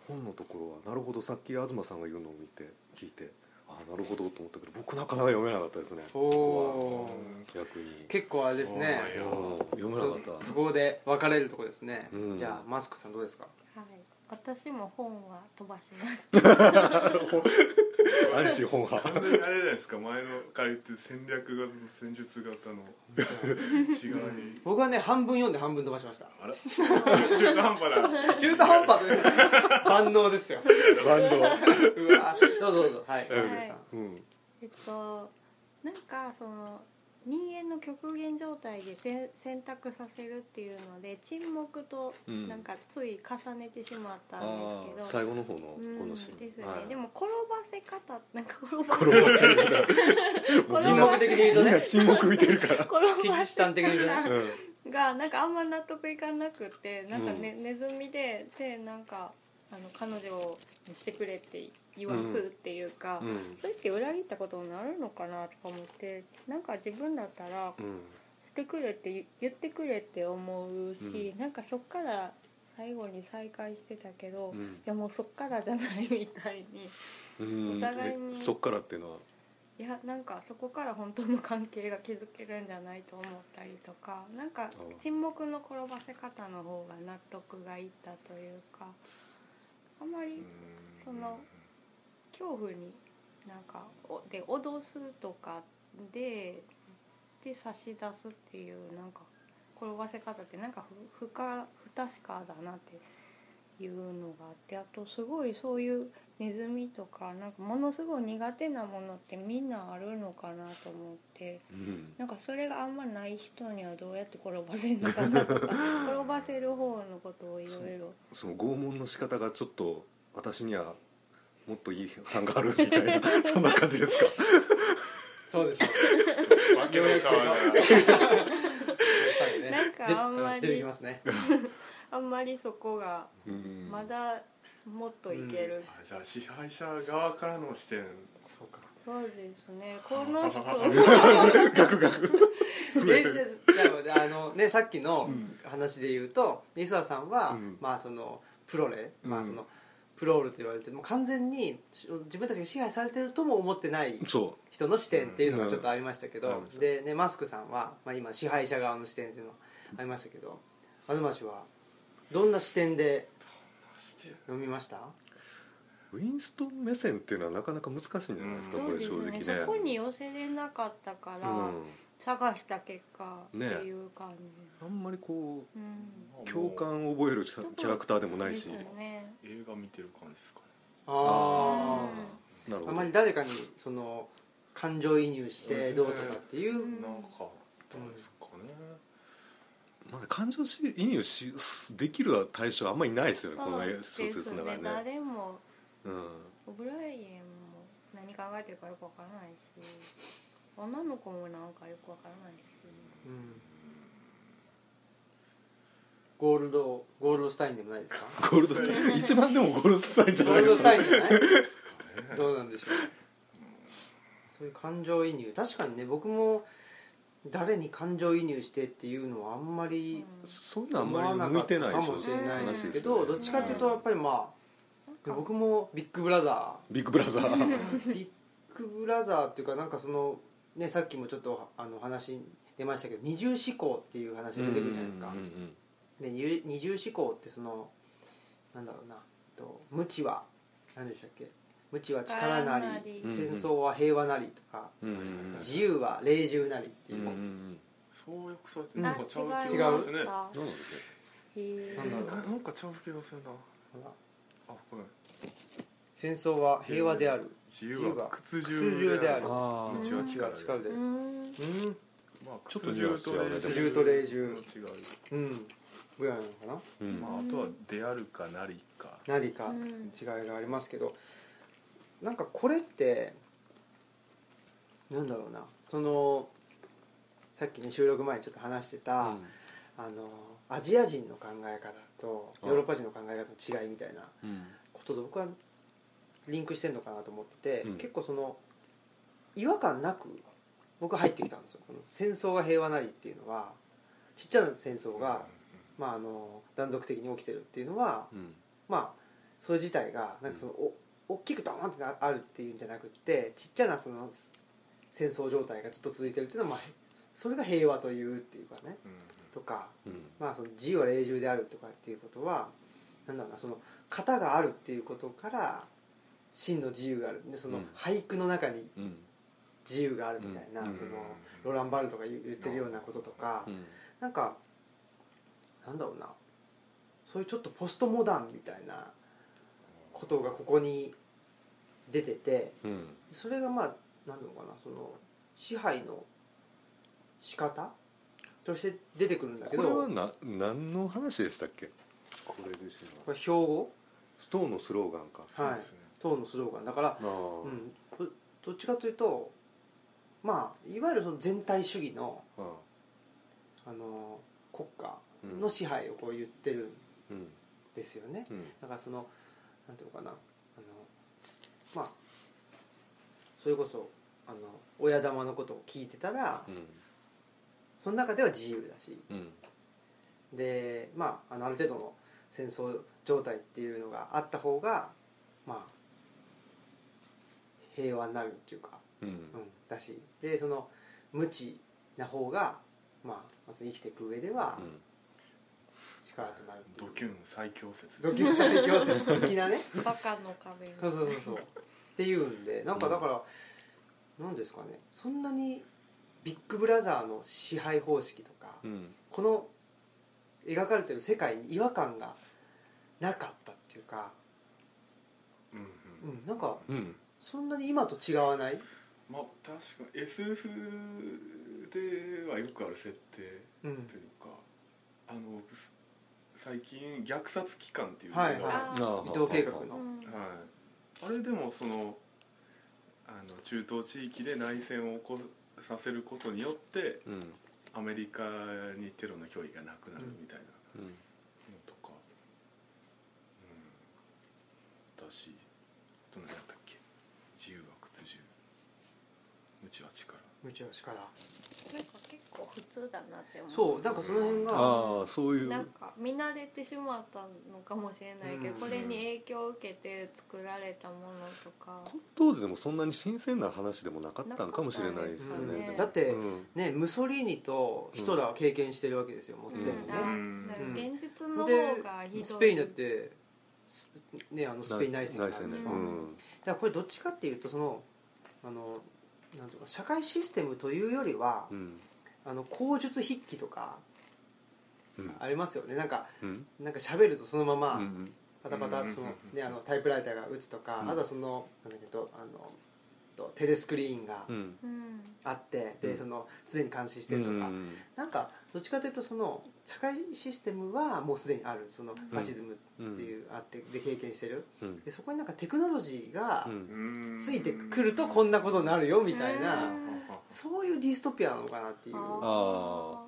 Speaker 3: 本本のところはなるほどさっき東さんが言うのを見て聞いてああなるほどと思ったけど僕なかなか読めなかったですね
Speaker 1: おー
Speaker 3: 逆に。
Speaker 1: 結構あれですね
Speaker 4: おー
Speaker 3: うん読めなかった
Speaker 1: そそこで分かれるとこですね、
Speaker 3: うん
Speaker 1: じゃあマスクさんどうですか
Speaker 2: はい私も本は飛ばしました
Speaker 3: アンチ本派
Speaker 4: 完全にあれじゃないですか前のから言ってる戦略型と戦術型の違い
Speaker 1: 僕はね半分読んで半分飛ばしました
Speaker 4: あら中途半端な
Speaker 1: 中途半端で 万能ですよ
Speaker 3: バンド
Speaker 1: うわどうぞどうぞはい
Speaker 3: うん
Speaker 1: マスクさん
Speaker 3: うん
Speaker 2: えっとなんかその人間の極限状態でせ選択させるっていうので沈黙と
Speaker 3: うん
Speaker 2: なんかつい重ねてしまったん
Speaker 3: ああ
Speaker 2: ですけど、
Speaker 3: 最後の方のこ
Speaker 2: うん
Speaker 3: の
Speaker 2: です
Speaker 3: シー
Speaker 2: よ
Speaker 3: ン
Speaker 2: ね、
Speaker 3: はい
Speaker 2: でも転ばせ方なんか転ばせ
Speaker 3: 転ばせるんだもうみんな
Speaker 2: 転ばせ
Speaker 1: る的に言うとね
Speaker 3: みんな沈黙見てるから
Speaker 2: 転
Speaker 1: キ
Speaker 2: ば
Speaker 1: リ
Speaker 2: せ
Speaker 1: シタン的に言うとね
Speaker 2: 方
Speaker 3: う
Speaker 2: がなんかあんま納得いかなくってなんかね、ネズミででなんかあの彼女にしてくれって言わすっていうか、
Speaker 3: ん
Speaker 2: それって裏切ったことになるのかなとか思ってなんか自分だったら
Speaker 3: うんうん
Speaker 2: してくれって言言ってくれって思うし、なんかそっから最後に再会してたけど、いやもうそっからじゃないみたいに
Speaker 3: うん
Speaker 2: お互いに
Speaker 3: えそっからっていうのはい
Speaker 2: やなんかそこから本当の関係が築けるんじゃないと思ったりとかなんか沈黙の転ばせ方の方が納得がいったというかあんまりその恐怖になんかおで脅すとかでで差し出すっていうなんか転ばせ方ってなんかふ不可不確かだなっていうのがあってあとすごいそういうネズミとかなんかものすごい苦手なものってみんなあるのかなと思って。
Speaker 3: うん
Speaker 2: なんかそれがあんまない人にはどうやって転ばせるのかなとか転ばせる方のことをいろいろ
Speaker 3: その拷問の仕方がちょっと私にはもっといい批判があるみたいな そんな感じですか
Speaker 1: そうでしょ
Speaker 4: わけも変わらない
Speaker 2: なんかあんまり
Speaker 1: 出てきますね
Speaker 2: あんまりそこが
Speaker 3: うん
Speaker 2: まだもっといける、
Speaker 4: あじゃあ支配者側からの視点
Speaker 1: そうか
Speaker 2: そうですねこの人
Speaker 1: えじゃああのねさっきの話で言うと磯田さんは、
Speaker 3: うん
Speaker 1: まあそのプロレ、
Speaker 3: うん
Speaker 1: まあそのプロールと言われてもう完全にし自分たちが支配されてるとも思ってない
Speaker 3: そ
Speaker 1: 人の視点っていうのがちょっとありましたけ
Speaker 3: うんなる
Speaker 1: ど
Speaker 3: ほ、ど
Speaker 1: でねマスクさんは、まあ、今支配者側の視点っていうのがありましたけど東氏はどんな視点で読みました
Speaker 3: うウィンストン目線っていうのはなかなか難しいんじゃないですか、
Speaker 2: そ
Speaker 3: こ
Speaker 2: う
Speaker 3: れ
Speaker 2: です
Speaker 3: 正直
Speaker 2: ね
Speaker 3: ね
Speaker 2: そ こに寄せれなかったから、
Speaker 3: うん、
Speaker 2: 探した結果って
Speaker 3: ね
Speaker 2: いう感
Speaker 3: あんまりこ
Speaker 2: じ、うん
Speaker 3: う共感を覚えるキャキャラクターでもない
Speaker 2: で
Speaker 3: し
Speaker 2: すよね
Speaker 4: 映画見てる感じですかね
Speaker 1: あ
Speaker 3: なる
Speaker 1: ー
Speaker 3: ほ
Speaker 1: あ
Speaker 3: ど
Speaker 1: まり誰かにその感情移入してどうとかっていう、
Speaker 2: うん
Speaker 4: なんかどうですかね、
Speaker 3: まあ、感情し移入しできる対象あんまりいないですよねこ
Speaker 2: そ
Speaker 3: の
Speaker 2: う
Speaker 3: 小
Speaker 2: です
Speaker 3: 説の中
Speaker 2: ね
Speaker 3: でね
Speaker 2: 誰も
Speaker 3: うん
Speaker 2: オブライエンも何考えてるかよくわからないし女の子もなんかよくわからないし
Speaker 1: うんゴールドゴールドスタインでもないですか
Speaker 3: ゴールドスタイン一番でもゴールドスタインじゃ
Speaker 1: ゴ
Speaker 3: な
Speaker 1: ー
Speaker 3: い
Speaker 1: ル
Speaker 3: で
Speaker 1: ド
Speaker 3: す
Speaker 1: ス
Speaker 3: か
Speaker 1: タインじゃない
Speaker 4: ね
Speaker 1: どうなんでしょうそういう感情移入確かにね僕も誰に感情移入してっていうのはあんまり
Speaker 3: そういうのはあんまり向いてない
Speaker 1: かもしれないですけど、
Speaker 3: 正直な話ですよね
Speaker 1: どっちかというとやっぱりま
Speaker 2: なん
Speaker 1: あ
Speaker 2: か
Speaker 1: 僕もビッグブラザ
Speaker 3: ビッグブラザー
Speaker 1: ービッグブラザーっていうかなんかその、ね、さっきもちょっとあの話に出ましたけど二重思考っていう話が出てくるじゃないですか、
Speaker 3: うんうん
Speaker 1: で二二重思考ってそのなんだろうなと無知は何でしたっけ無知は力なり
Speaker 2: 力なり
Speaker 1: 戦争は平和なりとか、
Speaker 3: うんうん
Speaker 1: 自由は霊獣なりって
Speaker 3: う
Speaker 1: い
Speaker 3: ん
Speaker 1: う、
Speaker 3: うん
Speaker 4: そうよくそうやって
Speaker 1: うん
Speaker 4: なんかちゃう
Speaker 2: あ
Speaker 4: 気
Speaker 2: 違い
Speaker 4: が
Speaker 2: ま
Speaker 4: します
Speaker 2: し
Speaker 4: ね
Speaker 2: た
Speaker 3: なんだっけ
Speaker 2: へ
Speaker 1: なんだろう
Speaker 4: なんかちゃう気がするな
Speaker 1: ほら
Speaker 4: あこれ
Speaker 1: 戦争は平和である
Speaker 4: 自由は屈
Speaker 1: 自由で
Speaker 4: 辱で
Speaker 1: あ
Speaker 4: あ
Speaker 1: る
Speaker 4: る
Speaker 3: あ
Speaker 2: ー
Speaker 4: 道
Speaker 1: う
Speaker 4: は
Speaker 1: ん力
Speaker 4: 力である
Speaker 1: で
Speaker 2: えうん
Speaker 1: うん
Speaker 4: まあ
Speaker 3: ちょっと
Speaker 4: 屈
Speaker 3: ニュアン
Speaker 4: 辱
Speaker 3: ス違うね
Speaker 4: と
Speaker 1: 自由と霊
Speaker 4: の違
Speaker 1: 獣
Speaker 4: い
Speaker 1: うんぐらいなのかな
Speaker 3: うん
Speaker 4: まあ、あとは出あるかなりか
Speaker 1: 何か
Speaker 2: うん
Speaker 1: 違いがありますけどなんかこれってなんだろうなそのさっきね収録前にちょっと話してた、あのアジア人の考え方と
Speaker 3: あ
Speaker 1: ヨーロッパ人の考え方の違いみたいな
Speaker 3: うん
Speaker 1: ことと僕はリンクしてるのかなと思ってて、
Speaker 3: うん
Speaker 1: 結構その違和感なく僕は入ってきたんですよこの戦争が平和なりっていうのはちっちゃな戦争が、まあ、あの断続的に起きてるっていうのは
Speaker 3: うん
Speaker 1: まあそれ自体がなんかその、お大きくドーンってなあるっていうんじゃなくってちっちゃなその戦争状態がずっと続いてるっていうのは、まあ、それが平和というっていうかね
Speaker 4: うん
Speaker 1: とか。
Speaker 3: うん
Speaker 1: まあ、その自由は霊獣であるとかっていうことはなんだろうなその型があるっていうことから真の自由があるでその
Speaker 3: うん
Speaker 1: 俳句の中に
Speaker 3: うん
Speaker 1: 自由があるみたいな、
Speaker 3: うん
Speaker 1: そのロランバルトが言う言ってるようなこととか、
Speaker 3: うん
Speaker 1: なんかなんだろうなそういうちょっとポストモダンみたいなことがここに出てて
Speaker 3: うん
Speaker 1: それがまあ何だろうかなその支配の仕方として出てくるんだけ
Speaker 3: こ
Speaker 1: ど
Speaker 3: れ
Speaker 1: こ
Speaker 3: は
Speaker 1: れ
Speaker 3: な何の話でしたっけこれ自身は
Speaker 1: 標語
Speaker 3: ストーンのスローガンか
Speaker 1: はい
Speaker 4: ですね
Speaker 1: 党のスローガンだから、
Speaker 3: あー
Speaker 1: うん、どどっちかというとまあいわゆるその全体主義の
Speaker 3: あー
Speaker 1: あの国家
Speaker 3: うん
Speaker 1: の支配をこう言ってるん
Speaker 3: うん
Speaker 1: ですよね、
Speaker 3: うん
Speaker 1: だからそのなんていうのかなあのまあそれこそあの親玉のことを聞いてたら、
Speaker 3: うん
Speaker 1: その中では自由だし
Speaker 3: うん
Speaker 1: でまああのある程度の戦争状態っていうのがあった方がまあ平和になるっていうか、
Speaker 3: うん
Speaker 1: うん、だしでその無知な方がまあまず生きていく上では力となるってい
Speaker 4: ド
Speaker 1: う、
Speaker 4: キュン最強説
Speaker 1: ドキュン最強説的なね
Speaker 2: バカの壁に
Speaker 1: そうそうそうそうっていうんでなんかだから、なんですかねそんなにビッグブラザーの支配方式とか、
Speaker 3: うん
Speaker 1: この描かれてる世界に違和感がなかったっていうか、
Speaker 4: うんうん
Speaker 1: うん、なんか
Speaker 3: うん
Speaker 1: そんなに今と違わない
Speaker 4: まあ確かに SF ではよくある設定
Speaker 1: うん
Speaker 4: というかあのす最近虐殺機関っていう映画
Speaker 1: は
Speaker 4: はいい、
Speaker 1: はい
Speaker 2: あ
Speaker 1: 伊藤計画の
Speaker 2: うん
Speaker 4: あれでもそのあの中東地域で内戦を起こさせることによって
Speaker 3: うん
Speaker 4: アメリカにテロの脅威がなくなるみたいな
Speaker 3: うん
Speaker 4: のとか、うん、だしどんなんやったっけ自由は屈辱無知は力
Speaker 1: 無知は力
Speaker 2: なんか結構普通だなって思う
Speaker 1: そうなんかその辺が
Speaker 3: ああそういう
Speaker 2: なんか見慣れてしまったのかもしれないけど、
Speaker 1: うん
Speaker 2: これに影響を受けて作られたものとか
Speaker 3: この当時でもそんなに新鮮な話でもなかったのかもしれないですよ
Speaker 2: なかったです
Speaker 3: ね
Speaker 2: よね
Speaker 1: だって、
Speaker 3: うん
Speaker 1: ねムソリーニとヒトラーは経験してるわけですよもうすでにね、
Speaker 2: あ
Speaker 4: うん
Speaker 2: だから現実の方がひどい
Speaker 1: スペインだってすねあのスペイン内戦があ
Speaker 3: 内
Speaker 1: るでしょ
Speaker 3: 戦
Speaker 2: う
Speaker 3: ねうん
Speaker 1: だからこれどっちかっていうとそのあのなんていうか社会システムというよりは、
Speaker 3: うん
Speaker 1: あの口述筆記とか
Speaker 3: うん
Speaker 1: ありますよねなんか
Speaker 3: うん
Speaker 1: なんか喋るとそのま
Speaker 3: う
Speaker 1: ま
Speaker 3: ん
Speaker 1: パタパタその
Speaker 4: うん
Speaker 1: ねあのタイプライターが打つとか、
Speaker 3: うん
Speaker 1: あとはそのなんだけどあのとテレスクリーンが
Speaker 3: うん
Speaker 2: うん
Speaker 1: あって、
Speaker 3: う
Speaker 1: で
Speaker 3: ん
Speaker 1: そのすでに監視してるとか、
Speaker 3: うん
Speaker 1: なんかどっちかというとその社会システムはもうすでにあるそのファシズムっていう、あってで経験してる
Speaker 3: うん
Speaker 1: でそこになんかテクノロジーが
Speaker 3: うん
Speaker 1: ついてくるとこんなことになるよみたいな、
Speaker 2: うん
Speaker 1: そういうディストピアなのかなっていう
Speaker 2: あ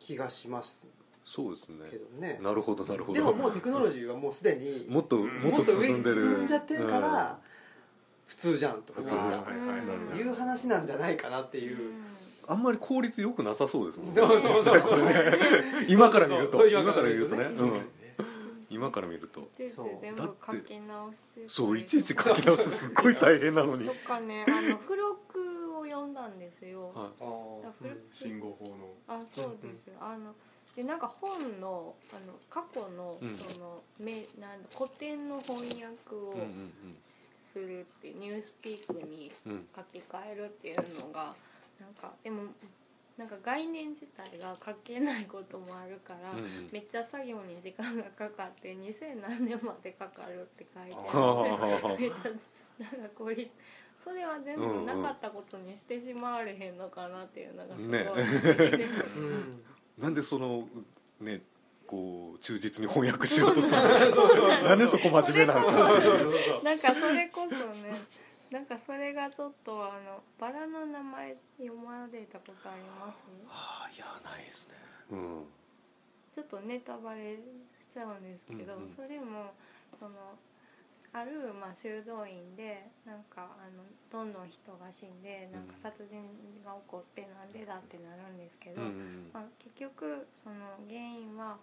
Speaker 1: 気がします
Speaker 3: そうですね
Speaker 1: けどね
Speaker 3: なるほどなるほど
Speaker 1: でももうテクノロジーはもうすでに
Speaker 3: もっと
Speaker 4: うん
Speaker 3: もっと進んでる
Speaker 1: もっと上に進んじゃってるから、普通じゃんと
Speaker 3: 普
Speaker 1: 思
Speaker 3: 通
Speaker 1: っ
Speaker 3: だ
Speaker 1: た
Speaker 4: はいはいはい
Speaker 1: いう話なんじゃないかなって
Speaker 2: ー
Speaker 1: いう、
Speaker 3: うんあんまり効率良くなさそうですもんね
Speaker 1: そうそうそう
Speaker 3: 実際これね今から見る
Speaker 1: そ
Speaker 3: と
Speaker 1: う
Speaker 3: 今から見るとね
Speaker 1: そう
Speaker 3: うん今から見ると
Speaker 2: いちいち全部書き直して
Speaker 3: そういちいち書き直すすっごい大変なのに
Speaker 2: とかねあの付録を読んだんですよ、
Speaker 3: は
Speaker 2: だから
Speaker 1: うん
Speaker 2: 付録
Speaker 4: 信号法の
Speaker 2: あそうです、あのでなんか本のあの過去の,、
Speaker 3: うん
Speaker 2: そのめなん古典の翻訳を
Speaker 3: うんうん
Speaker 2: するって、ニュースピークに
Speaker 3: うんうん
Speaker 2: 書き換えるっていうのがなんかでもなんか概念自体が書けないこともあるから、
Speaker 3: うんうん
Speaker 2: めっちゃ作業に時間がかかって2000何年までかかるって書いて
Speaker 3: はあは
Speaker 2: あ
Speaker 3: あは
Speaker 2: ってめっちゃなんかこれそれは全部なかったことにしてしまわれへんのかなっていうのがすごい不思議 です
Speaker 1: うん
Speaker 3: あなんでそのねこう忠実に翻訳しようとするなんでそこ真面目なのか
Speaker 1: そうそうそう
Speaker 2: なんかそれこそねなんかそれがちょっとあのバラの名前読まれたことあります
Speaker 3: あいやないですねうん
Speaker 2: ちょっとネタバレしちゃうんですけど、
Speaker 3: うんうん
Speaker 2: それもそのあるまあ修道院でなんかあのどんどん人が死んでなんか
Speaker 3: うん
Speaker 2: 殺人が起こってなんでだってなるんですけど、
Speaker 3: うんうん
Speaker 2: まあ、結局その原因は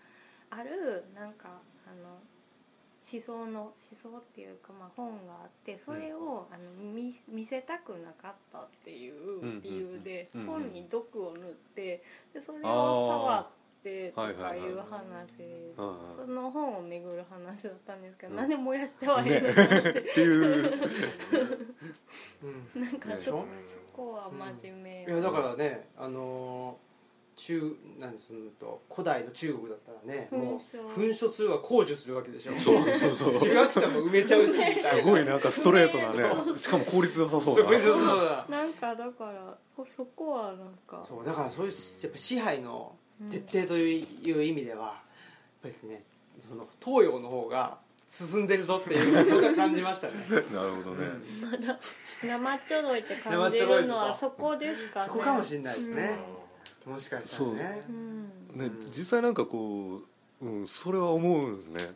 Speaker 2: あるなんかあの思想の思想っていうか、まあ、本があってそれを、あの見見せたくなかったっていう理由で、
Speaker 3: うんうんうん
Speaker 2: 本に毒を塗ってでそれを触
Speaker 3: あー
Speaker 2: ってとかいう話、
Speaker 3: はいはいはうんうん
Speaker 2: その本を巡る話だったんですけど、
Speaker 3: うん
Speaker 2: なんで燃やしてはい
Speaker 3: ね
Speaker 2: るのかって、
Speaker 3: っていう
Speaker 1: うん
Speaker 2: なんか
Speaker 3: ね
Speaker 2: そ,、
Speaker 4: うん
Speaker 2: そこは真面目
Speaker 1: いやだからねあの中何そのと古代の中国だったらねもう
Speaker 2: 噴
Speaker 1: 噴書するは控除するわけでしょ
Speaker 3: そうそうそう
Speaker 1: 受学者も埋めちゃうしみたい
Speaker 3: す
Speaker 1: な
Speaker 3: ごいなんかストレート なねしかも効率良さそう
Speaker 1: そうこ
Speaker 3: な
Speaker 1: れそうそうだ
Speaker 2: なんかだからほそこはなんか
Speaker 1: そうだからそういうやっぱ支配の
Speaker 2: うん
Speaker 1: 徹底という,、意味ではやっぱりねその東洋の方が進んでるぞっていうのが感じま したね
Speaker 3: なるほどね、
Speaker 2: 生ちょろいって感じるのはそこですかね
Speaker 1: そこかもしれないですね、もしかしたらね
Speaker 2: う、ん
Speaker 1: う
Speaker 3: ね
Speaker 1: ん
Speaker 3: 実際なんかこう、うん、それは思うんですね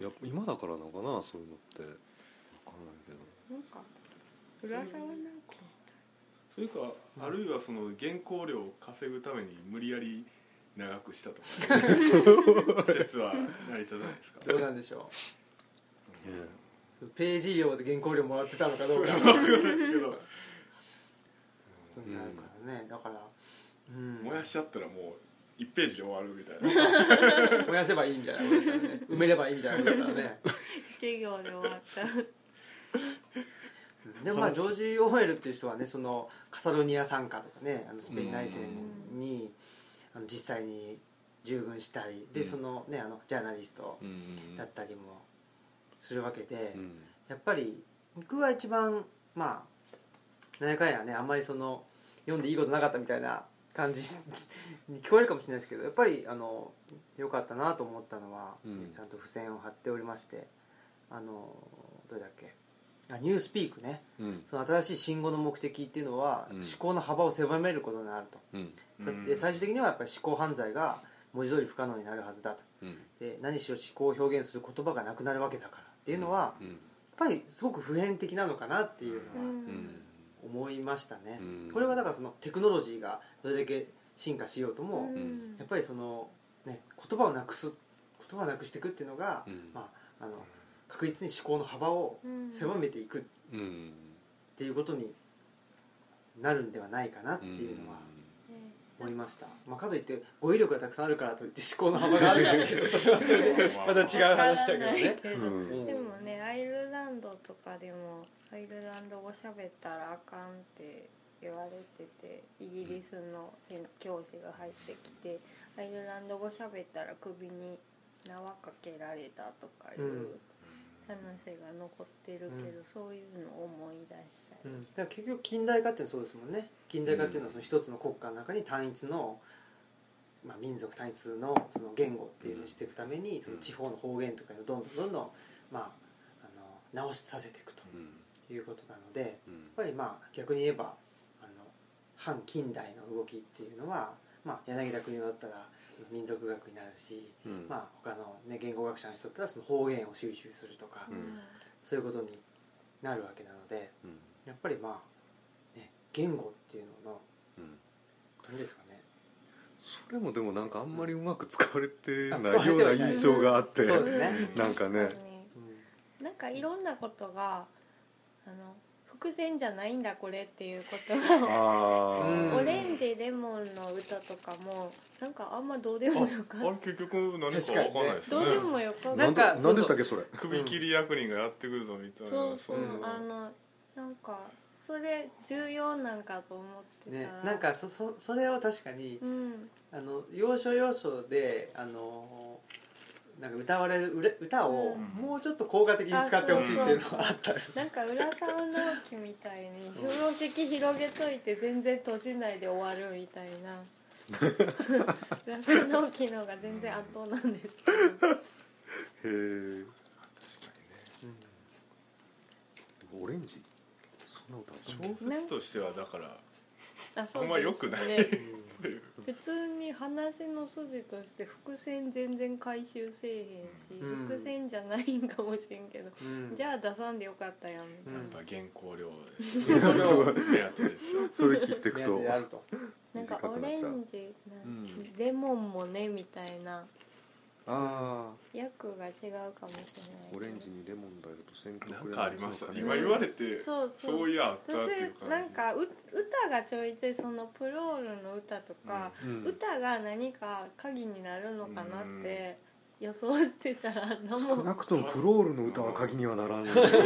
Speaker 1: うん、
Speaker 3: やっぱ今だからなのかなそういうのって分かんないけど
Speaker 2: なんか浦沢なんか
Speaker 4: それかあるいはその原稿料を稼ぐために無理やり長くしたとかね説は成り立たないですか
Speaker 1: どうなんでしょ
Speaker 3: ね
Speaker 1: うページ料で原稿料もらってたのかどうか
Speaker 4: わかんないですけど
Speaker 1: ことになるからねだから、うん、
Speaker 4: 燃やしちゃったらもう1ページで終わるみたいな
Speaker 1: 燃やせばいい みたいなことだからね埋めればいいみたいなことだからね
Speaker 2: 授業で終わった
Speaker 1: でもまあジョージ・オーエルっていう人はねそのカタロニア参加とかねあのスペイン内戦にあの実際に従軍したりで
Speaker 3: うん
Speaker 1: そのねあのジャーナリスト
Speaker 3: うん
Speaker 1: だったりもするわけで
Speaker 3: うん
Speaker 1: やっぱり僕が一番まあ何やかんやねあんまりその読んでいいことなかったみたいな感じに聞こえるかもしれないですけどやっぱりあの良かったなと思ったのは、
Speaker 3: うん
Speaker 1: ちゃんと付箋を貼っておりましてあのどれだっけあニュースピークね
Speaker 3: うん
Speaker 1: その新しい信号の目的っていうのは、
Speaker 3: うん
Speaker 1: 思考の幅を狭めることになると、
Speaker 3: うん
Speaker 1: さ
Speaker 4: うん
Speaker 1: で最終的にはやっぱり思考犯罪が文字通り不可能になるはずだと
Speaker 3: うん
Speaker 1: で何しろ思考を表現する言葉がなくなるわけだからっていうのは、やっ
Speaker 3: うん
Speaker 1: ぱりすごく普遍的なのかなっていう
Speaker 2: う
Speaker 1: のは
Speaker 2: ん
Speaker 1: 思いましたね、
Speaker 3: うん
Speaker 1: これはだからそのテクノロジーがどれだけ進化しようと
Speaker 2: う
Speaker 1: も、
Speaker 2: ん
Speaker 1: やっぱりその、ね、言葉をなくす言葉をなくしていくっていうのが、
Speaker 3: うん
Speaker 1: まあ、あの確実に思考の幅を
Speaker 2: うん
Speaker 1: 狭めていく
Speaker 3: うん
Speaker 1: っていうことになるんではないかなっていうのは思いました、まあ、かといって語彙力がたくさんあるからといって思考の幅があるからっていうとそれはそれでまた違う話だけど
Speaker 2: わからな
Speaker 1: ね
Speaker 2: いけど
Speaker 3: うん
Speaker 2: でもねアイルランドとかでもアイルランド語喋ったらあかんって言われててイギリスの先教師が入ってきてアイルランド語喋ったら首に縄かけられたとかいううん話が残ってるけど、そういうのを思い出した
Speaker 1: う
Speaker 2: り
Speaker 1: ん、だから結局近代化っていうのはそうですもんね近代化っていうのはその一つの国家の中に単一の、まあ、民族単一のその言語っていうのをしていくためにその地方の方言とかをどんどんどんどん、まあ、あの直しさせていく
Speaker 3: うん
Speaker 1: ということなので、
Speaker 3: うん
Speaker 1: やっぱりまあ逆に言えばあの反近代の動きっていうのは、まあ、柳田国男だったら民族学になるし、
Speaker 3: うん
Speaker 1: まあ、他の、ね、言語学者の人だったらその方言を収集するとか、
Speaker 3: うん
Speaker 1: そういうことになるわけなので
Speaker 3: うん
Speaker 1: やっぱりまあ、ね、言語っていうのの
Speaker 3: うん
Speaker 1: 何ですかね
Speaker 3: それもでもなんかあんまりうまく使われてな
Speaker 1: あ
Speaker 3: い
Speaker 1: 使われて
Speaker 3: よう
Speaker 1: はな
Speaker 3: ない印象があって
Speaker 1: そうですね、
Speaker 3: なんかね
Speaker 2: なんかいろんなことがあの伏線じゃないんだこれっていうことを
Speaker 3: あ
Speaker 1: うん
Speaker 3: あ
Speaker 2: オレンジレモンの歌とかもなんかあんまどうでもよか
Speaker 4: あ
Speaker 2: っ
Speaker 4: れ結局何か分かんないです
Speaker 2: た、
Speaker 4: ね
Speaker 2: どうでもよかっ
Speaker 1: な
Speaker 2: た
Speaker 1: んか
Speaker 3: で
Speaker 1: そ
Speaker 3: な
Speaker 1: うんそう
Speaker 3: でしたっけそれ
Speaker 4: 首切り役人がやってくるぞみたいな
Speaker 2: そうそう
Speaker 1: うん
Speaker 2: あのなんかそれ重要なんかと思っ
Speaker 1: うん
Speaker 2: て
Speaker 1: ね
Speaker 2: たら、、
Speaker 1: なんかそそそれを確かに
Speaker 2: うん
Speaker 1: あの要所要所であのなんか歌われるうれ歌を
Speaker 2: うん
Speaker 1: もうちょっと効果的に使ってほしいっていうのがあった
Speaker 2: なんか浦沢直樹みたいに風呂敷広げといて全然閉じないで終わるみたいな浦沢直樹の方が全然圧倒なんですけど
Speaker 3: へえ
Speaker 4: 確かにね
Speaker 3: オレンジそんな歌あった
Speaker 4: 小説としてはだから
Speaker 2: あそう
Speaker 4: あんま良くない
Speaker 2: です
Speaker 1: う
Speaker 2: ね
Speaker 1: ん
Speaker 2: 普通に話の筋として伏線全然回収せえへんし、
Speaker 1: うん
Speaker 2: 伏線じゃないんかもしれんけど、
Speaker 1: うん
Speaker 2: じゃあ出さんでよかったやんみたいな
Speaker 1: う
Speaker 4: やっ
Speaker 1: ん
Speaker 4: ぱ原稿料です
Speaker 1: 原稿料
Speaker 4: 目当てですよ
Speaker 3: それ切っていく
Speaker 1: 目当
Speaker 3: と
Speaker 1: てであると
Speaker 2: なんかオレンジ
Speaker 3: う
Speaker 2: なん
Speaker 3: ん
Speaker 2: レモンもねみたいな
Speaker 3: あ
Speaker 2: 役が違うかもしれないけ
Speaker 3: あ
Speaker 2: ど
Speaker 3: オレンジにレモンだよと宣
Speaker 4: なんかありましたね
Speaker 2: ん
Speaker 4: 今言われてそ
Speaker 2: そうそう
Speaker 4: ういやあったっていう
Speaker 2: 私
Speaker 4: 感じ
Speaker 2: なんかう歌がちょいちょいそのプロールの歌とか、
Speaker 3: うん
Speaker 2: 歌が何か鍵になるのかなって予想してたら何も
Speaker 3: 少なくともクロールの歌は鍵にはならない
Speaker 2: でもなんかプ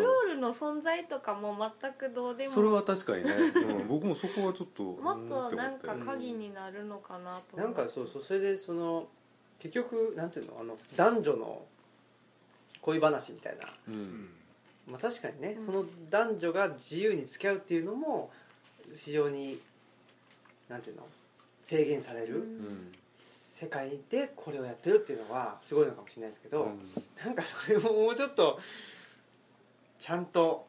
Speaker 2: ロールの存在とかも全くどうでも
Speaker 3: それは確かにね、うん、僕もそこはちょっと
Speaker 2: もっとなんか
Speaker 3: うんって思って
Speaker 2: 鍵になるのかなと
Speaker 1: なんかそうそうそれでその結局なんていうのあの男女の恋話みたいな、
Speaker 3: う
Speaker 4: うんん
Speaker 1: まあ、確かにね、
Speaker 2: うん
Speaker 1: その男女が自由に付き合うっていうのも非常になんていうの制限され
Speaker 2: う
Speaker 1: る
Speaker 3: うんん
Speaker 1: 世界でこれをやってるっていうのはすごいのかもしれないですけど、なんかそれももうちょっとちゃんと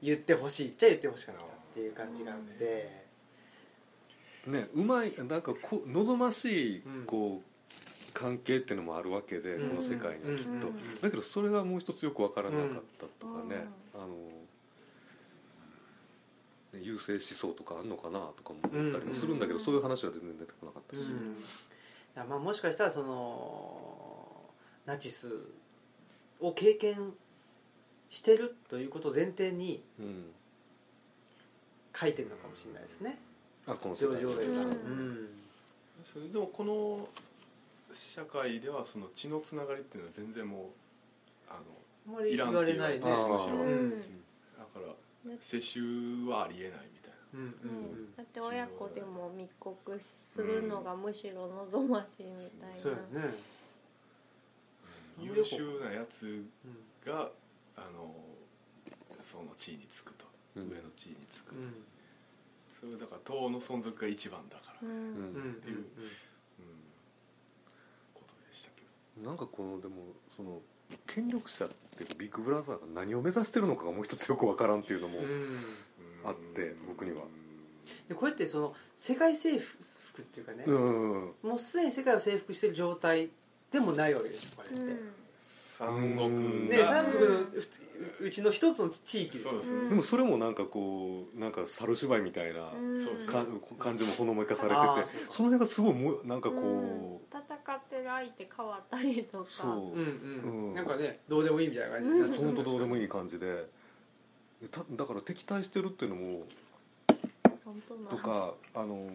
Speaker 1: 言ってほしいっちゃ言ってほしかったっていう感じがあって、
Speaker 3: ねうまいなんかこう望ましい
Speaker 1: うん
Speaker 3: こう関係っていうのもあるわけで、
Speaker 1: うん
Speaker 3: この世界にはきっと、
Speaker 2: うん
Speaker 3: だけどそれがもう一つよくわからなかったとかね、あのね優勢思想とかあんのかなとかも思ったりもするんだけど、
Speaker 2: うん
Speaker 3: そういう話は全然出てこなかったし、
Speaker 1: うんだからまあもしかしたらそのナチスを経験してるということを前提に
Speaker 3: うん
Speaker 1: 書いてるのかもしれないですね
Speaker 3: あこの
Speaker 1: ジ
Speaker 3: 世
Speaker 1: ョー
Speaker 3: 界
Speaker 1: ジ・オーウェルが
Speaker 2: うん
Speaker 4: それでもこの社会ではその血のつながりっていうのは全然もうあ
Speaker 1: あんまり
Speaker 4: いらん
Speaker 1: 言
Speaker 4: っ
Speaker 1: わ
Speaker 4: て
Speaker 1: れ
Speaker 4: 言
Speaker 1: な
Speaker 4: わ
Speaker 1: いねう
Speaker 3: む
Speaker 4: れて
Speaker 3: し
Speaker 1: んう
Speaker 3: ろ
Speaker 2: うんん
Speaker 4: のだから
Speaker 2: だ
Speaker 4: 世襲はありえないみたい
Speaker 1: うんうん
Speaker 2: だって親子でも密告するのがむしろ望ましいみたいな、
Speaker 1: そうやね
Speaker 4: な優秀なやつ
Speaker 1: うん
Speaker 4: があのその地位につくと、
Speaker 3: うん
Speaker 4: 上の地位につく、
Speaker 1: うん
Speaker 4: それだから党の存続が一番だから、
Speaker 2: う
Speaker 4: うん
Speaker 2: ん
Speaker 3: うん
Speaker 1: うんうん
Speaker 4: ことでしたけど
Speaker 3: なんかこのでもその権力者ってビッグブラザーが何を目指してるのかがもう一つよくわからんっていうのも、
Speaker 1: うん
Speaker 4: うん
Speaker 3: あって僕には
Speaker 1: でこれってその世界征服っていうかね
Speaker 3: うん
Speaker 1: もうすでに世界を征服してる状態でもないわけでしょこれって
Speaker 4: 三国
Speaker 1: ね
Speaker 3: うん
Speaker 4: が
Speaker 1: 三国のううちの一つの地域でしょ
Speaker 4: そうですね、
Speaker 3: でもそれもなんかこうなんか猿芝居みたいな、
Speaker 2: うん
Speaker 4: そうです
Speaker 3: か
Speaker 4: ね
Speaker 3: 感じもほのめかされ
Speaker 1: あー
Speaker 3: てて
Speaker 1: そうか
Speaker 3: その辺がすごいもうなんかこう、
Speaker 2: うん戦ってる相手変わったりとか
Speaker 3: そう、
Speaker 1: うんうん
Speaker 3: うん
Speaker 1: なんかねどうでもいいみたいな感じになってる
Speaker 3: 本当どうでもいい感じでただから敵対してるっていうのも
Speaker 2: 本当な
Speaker 3: とかあの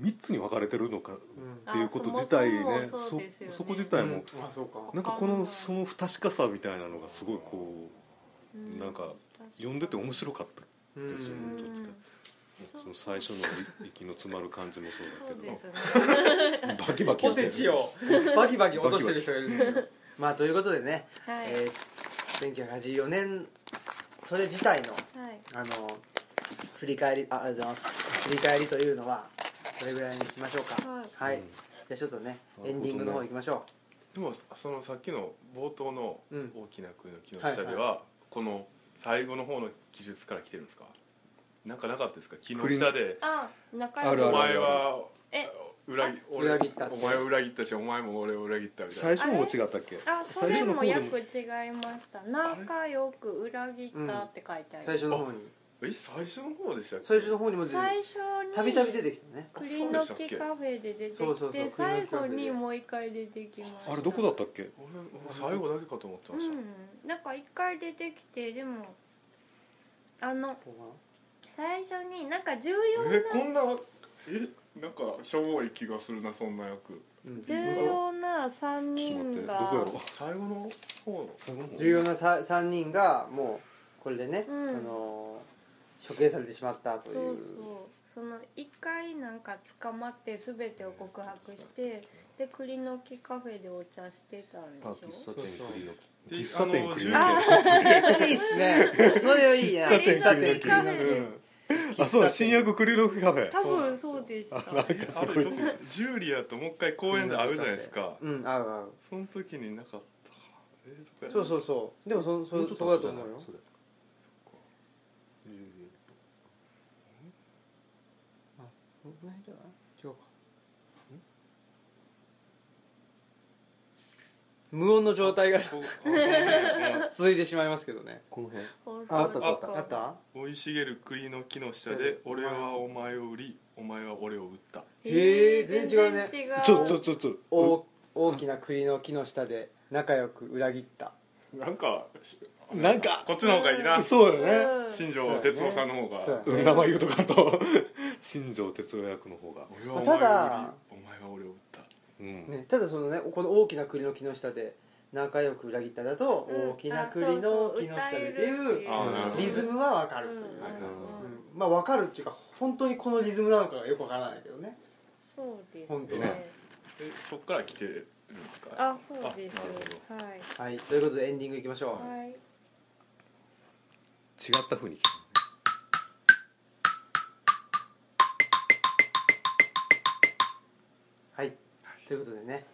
Speaker 3: 3つに分かれてるのかっ
Speaker 1: うん
Speaker 2: あ
Speaker 3: ていうこと自体
Speaker 2: そも
Speaker 3: ね
Speaker 2: そもそうですよね
Speaker 3: そこ自体も、
Speaker 1: うんあそうか
Speaker 3: なんかこ
Speaker 2: う
Speaker 3: の
Speaker 2: ん
Speaker 3: その不確かさみたいなのがすごいこ
Speaker 2: う
Speaker 3: うなんか読んでて面白かった
Speaker 1: う
Speaker 3: ですよね
Speaker 1: ん
Speaker 3: どっちか
Speaker 2: うん
Speaker 3: その最初の息の詰まる感じもそ
Speaker 2: そ
Speaker 3: う
Speaker 2: う
Speaker 3: だ
Speaker 2: ですね
Speaker 3: けどバキバキ
Speaker 1: ポテチ をバキバキ落としてる人がいるんですよまあということでね、
Speaker 2: はい、
Speaker 1: えー、1984年それ自体の
Speaker 2: はい
Speaker 1: あの振り返りあありがとうございます振り返りというのはこれぐらいにしましょうか
Speaker 2: はい
Speaker 1: はい、
Speaker 3: うん
Speaker 1: じゃあちょっとね
Speaker 3: なるほどね
Speaker 1: エンディングの方行きましょ
Speaker 4: でもそのさっきの冒頭の
Speaker 1: う、うん、
Speaker 4: 大きな国の木の下では、この最後の方の記述から来てるんですかなんかなかったですか木の下で
Speaker 2: あ仲
Speaker 3: あ
Speaker 2: 良
Speaker 3: る
Speaker 4: お
Speaker 3: ある
Speaker 4: 前は
Speaker 2: え
Speaker 4: 裏切俺
Speaker 1: 裏切った
Speaker 4: お前を裏切ったしお前も俺を裏切ったみた
Speaker 3: 最
Speaker 4: いな
Speaker 3: 初も違ったっけ
Speaker 2: あそ
Speaker 3: 最初
Speaker 2: れ
Speaker 3: の方
Speaker 2: も
Speaker 3: で
Speaker 2: 訳
Speaker 3: も
Speaker 2: 違いました仲良く裏切ったって書いてある、
Speaker 1: 最初の方に
Speaker 4: え最初の方でしたっけ
Speaker 1: 最初の方にも出て
Speaker 2: 最初に
Speaker 1: たびたび出てきたね
Speaker 4: あ
Speaker 2: 栗の木カフェで出てきて
Speaker 1: そうそうそう
Speaker 2: 最後にもう一回出てきました
Speaker 3: あれどこだったっけ
Speaker 4: 俺俺最後だけかと思ってました、
Speaker 2: うんなんか一回出てきてでもあの最初になんか重
Speaker 4: え
Speaker 2: 要
Speaker 4: こ
Speaker 2: なん
Speaker 4: なえなんかしょぼい気がするなそんな役
Speaker 1: うん
Speaker 2: 重要な3
Speaker 3: ちょっと待っ
Speaker 2: 人
Speaker 3: てど
Speaker 2: が
Speaker 3: こやろ
Speaker 4: 最後の方の
Speaker 3: 最後の方
Speaker 1: 重要なさ3人がもうこれでね、
Speaker 2: うん
Speaker 1: あのー処刑されてしまったとい
Speaker 2: そ
Speaker 1: うう
Speaker 2: そうその一回なんか捕まって全てを告白してで栗の木カフェでお茶してたんで
Speaker 3: あ
Speaker 2: しょ
Speaker 3: 喫茶店栗の木喫
Speaker 4: そうそう
Speaker 3: 茶店栗の
Speaker 4: あ
Speaker 3: 木
Speaker 1: いいっすね それはいいや
Speaker 2: 喫茶店
Speaker 1: 喫茶店
Speaker 2: 栗の
Speaker 3: あそう新宿クリロフカフェ
Speaker 2: 多分そうでした
Speaker 3: あなんかす
Speaker 4: あ
Speaker 3: ご
Speaker 4: れ
Speaker 3: い
Speaker 4: どこ
Speaker 3: 違う
Speaker 4: ジュリアともう一回公園で会うじゃないですか
Speaker 1: うん合う合う
Speaker 4: その時になかったかなえーどこや
Speaker 1: そうそうそうでもそそそこだと思うよこの辺じゃない違うか無音の状態が
Speaker 4: こうあ
Speaker 1: 続いてしまいますけどね
Speaker 3: この辺
Speaker 2: 放送
Speaker 3: ああったあっ
Speaker 2: 事
Speaker 3: た
Speaker 2: 故
Speaker 1: あった
Speaker 4: 生い茂る栗の木の下で俺はお前を売りお前は俺を売った
Speaker 1: へー全然違うね
Speaker 2: 全然違う
Speaker 3: ちょちょちょちょ
Speaker 1: 大大きな栗の木の下で仲良く裏切った
Speaker 4: なんか
Speaker 3: なんか
Speaker 4: こっちの方がいいな
Speaker 3: そう
Speaker 2: う
Speaker 3: だよね
Speaker 2: ん
Speaker 4: 新庄哲夫さんの方
Speaker 1: そう
Speaker 4: が
Speaker 1: や
Speaker 3: うん名前言うとかと新庄哲夫役の方が
Speaker 4: 俺はお前を売り
Speaker 1: ただ
Speaker 4: お前は俺を売った
Speaker 3: うん
Speaker 1: ね、ただそのねこの大きな栗の木の下で仲良く裏切っただと
Speaker 2: うん
Speaker 1: 大きな栗の木下でっていう
Speaker 4: あーなるほど
Speaker 1: リズムは分か
Speaker 2: あ
Speaker 1: るという、
Speaker 2: うん
Speaker 1: はい
Speaker 2: うんうん
Speaker 1: うんまあ分かるっていうか本当にこのリズムなのかがよく分からないけどね
Speaker 2: そうです
Speaker 1: 本当
Speaker 3: ね
Speaker 4: えそっから来てるんですか
Speaker 2: あそうです
Speaker 4: あなるほ
Speaker 2: はい
Speaker 1: はいということでエンディングいきましょう、
Speaker 2: はい
Speaker 3: った風に聞く
Speaker 1: はい、ということでね、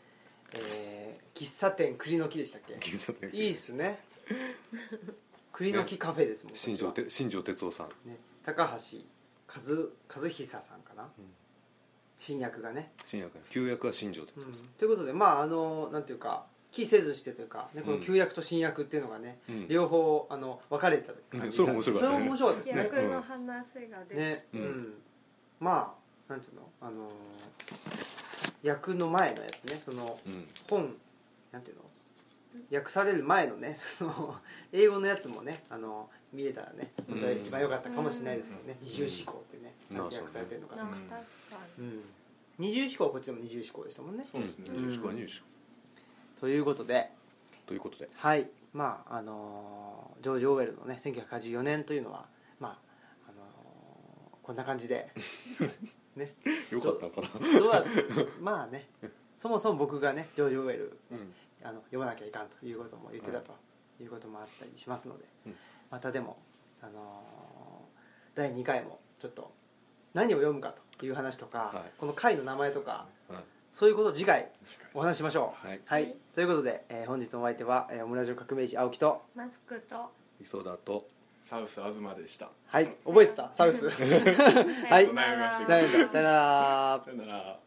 Speaker 1: えー喫茶店栗の木でしたっけ
Speaker 3: 銀座で
Speaker 1: いいっすね栗の木カフェですもん、
Speaker 3: 新庄て新庄哲夫さん
Speaker 1: ね、高橋和和久さんかな、
Speaker 3: ん
Speaker 1: 新役がね、
Speaker 3: 新薬旧薬は新庄哲
Speaker 1: う
Speaker 3: 夫
Speaker 1: ん
Speaker 3: さん、
Speaker 1: ということでまああのなんていうか期せずしてというか、ね、この
Speaker 3: うん
Speaker 1: 旧役と新役っていうのがね、
Speaker 3: うん
Speaker 1: 両方あの分かれた
Speaker 3: うんそれ面白かったね
Speaker 1: それ面白かったですね
Speaker 2: 逆の話が出て
Speaker 1: ね、う
Speaker 3: うんん
Speaker 1: まあなんていうのあのー役の前のやつねその
Speaker 3: うん
Speaker 1: 本なんていうの訳される前のね その英語のやつもねあの見れたらね本当は一番良かったかもしれないですけどね、
Speaker 3: ん
Speaker 1: 二重思考ってね、
Speaker 3: うん
Speaker 1: なんて訳されてるのかと
Speaker 2: な
Speaker 1: か
Speaker 2: んか確
Speaker 4: うん
Speaker 2: か
Speaker 1: うん二重思考はこっちでも二重思考でしたもんね
Speaker 4: そうですね
Speaker 3: うん入手は入手
Speaker 1: ということで
Speaker 3: ということで
Speaker 1: はいまああのージョージ・オーウェルのね1984年というのはまああのーこんな感じでね
Speaker 3: よかったのかな
Speaker 1: どうだまあねそもそも僕がねジョージ・オーウェル
Speaker 3: うん
Speaker 1: あの読まなきゃいかんということも言ってたということもあったりしますので、
Speaker 3: うん
Speaker 1: またでも、あのー第2回もちょっと何を読むかという話とか、
Speaker 3: はい
Speaker 1: この回の名前とか
Speaker 3: はい
Speaker 1: そういうことを次回お話ししましょう
Speaker 3: はい
Speaker 2: はい
Speaker 1: ということで、えー本日のお相手は、えーオムラジオ革命児青木と
Speaker 2: マスクと
Speaker 3: 磯田と
Speaker 4: サウス東でした
Speaker 1: はい覚えてたサウスはい
Speaker 4: 悩みましたけど
Speaker 1: 大丈夫さよなら
Speaker 4: さよなら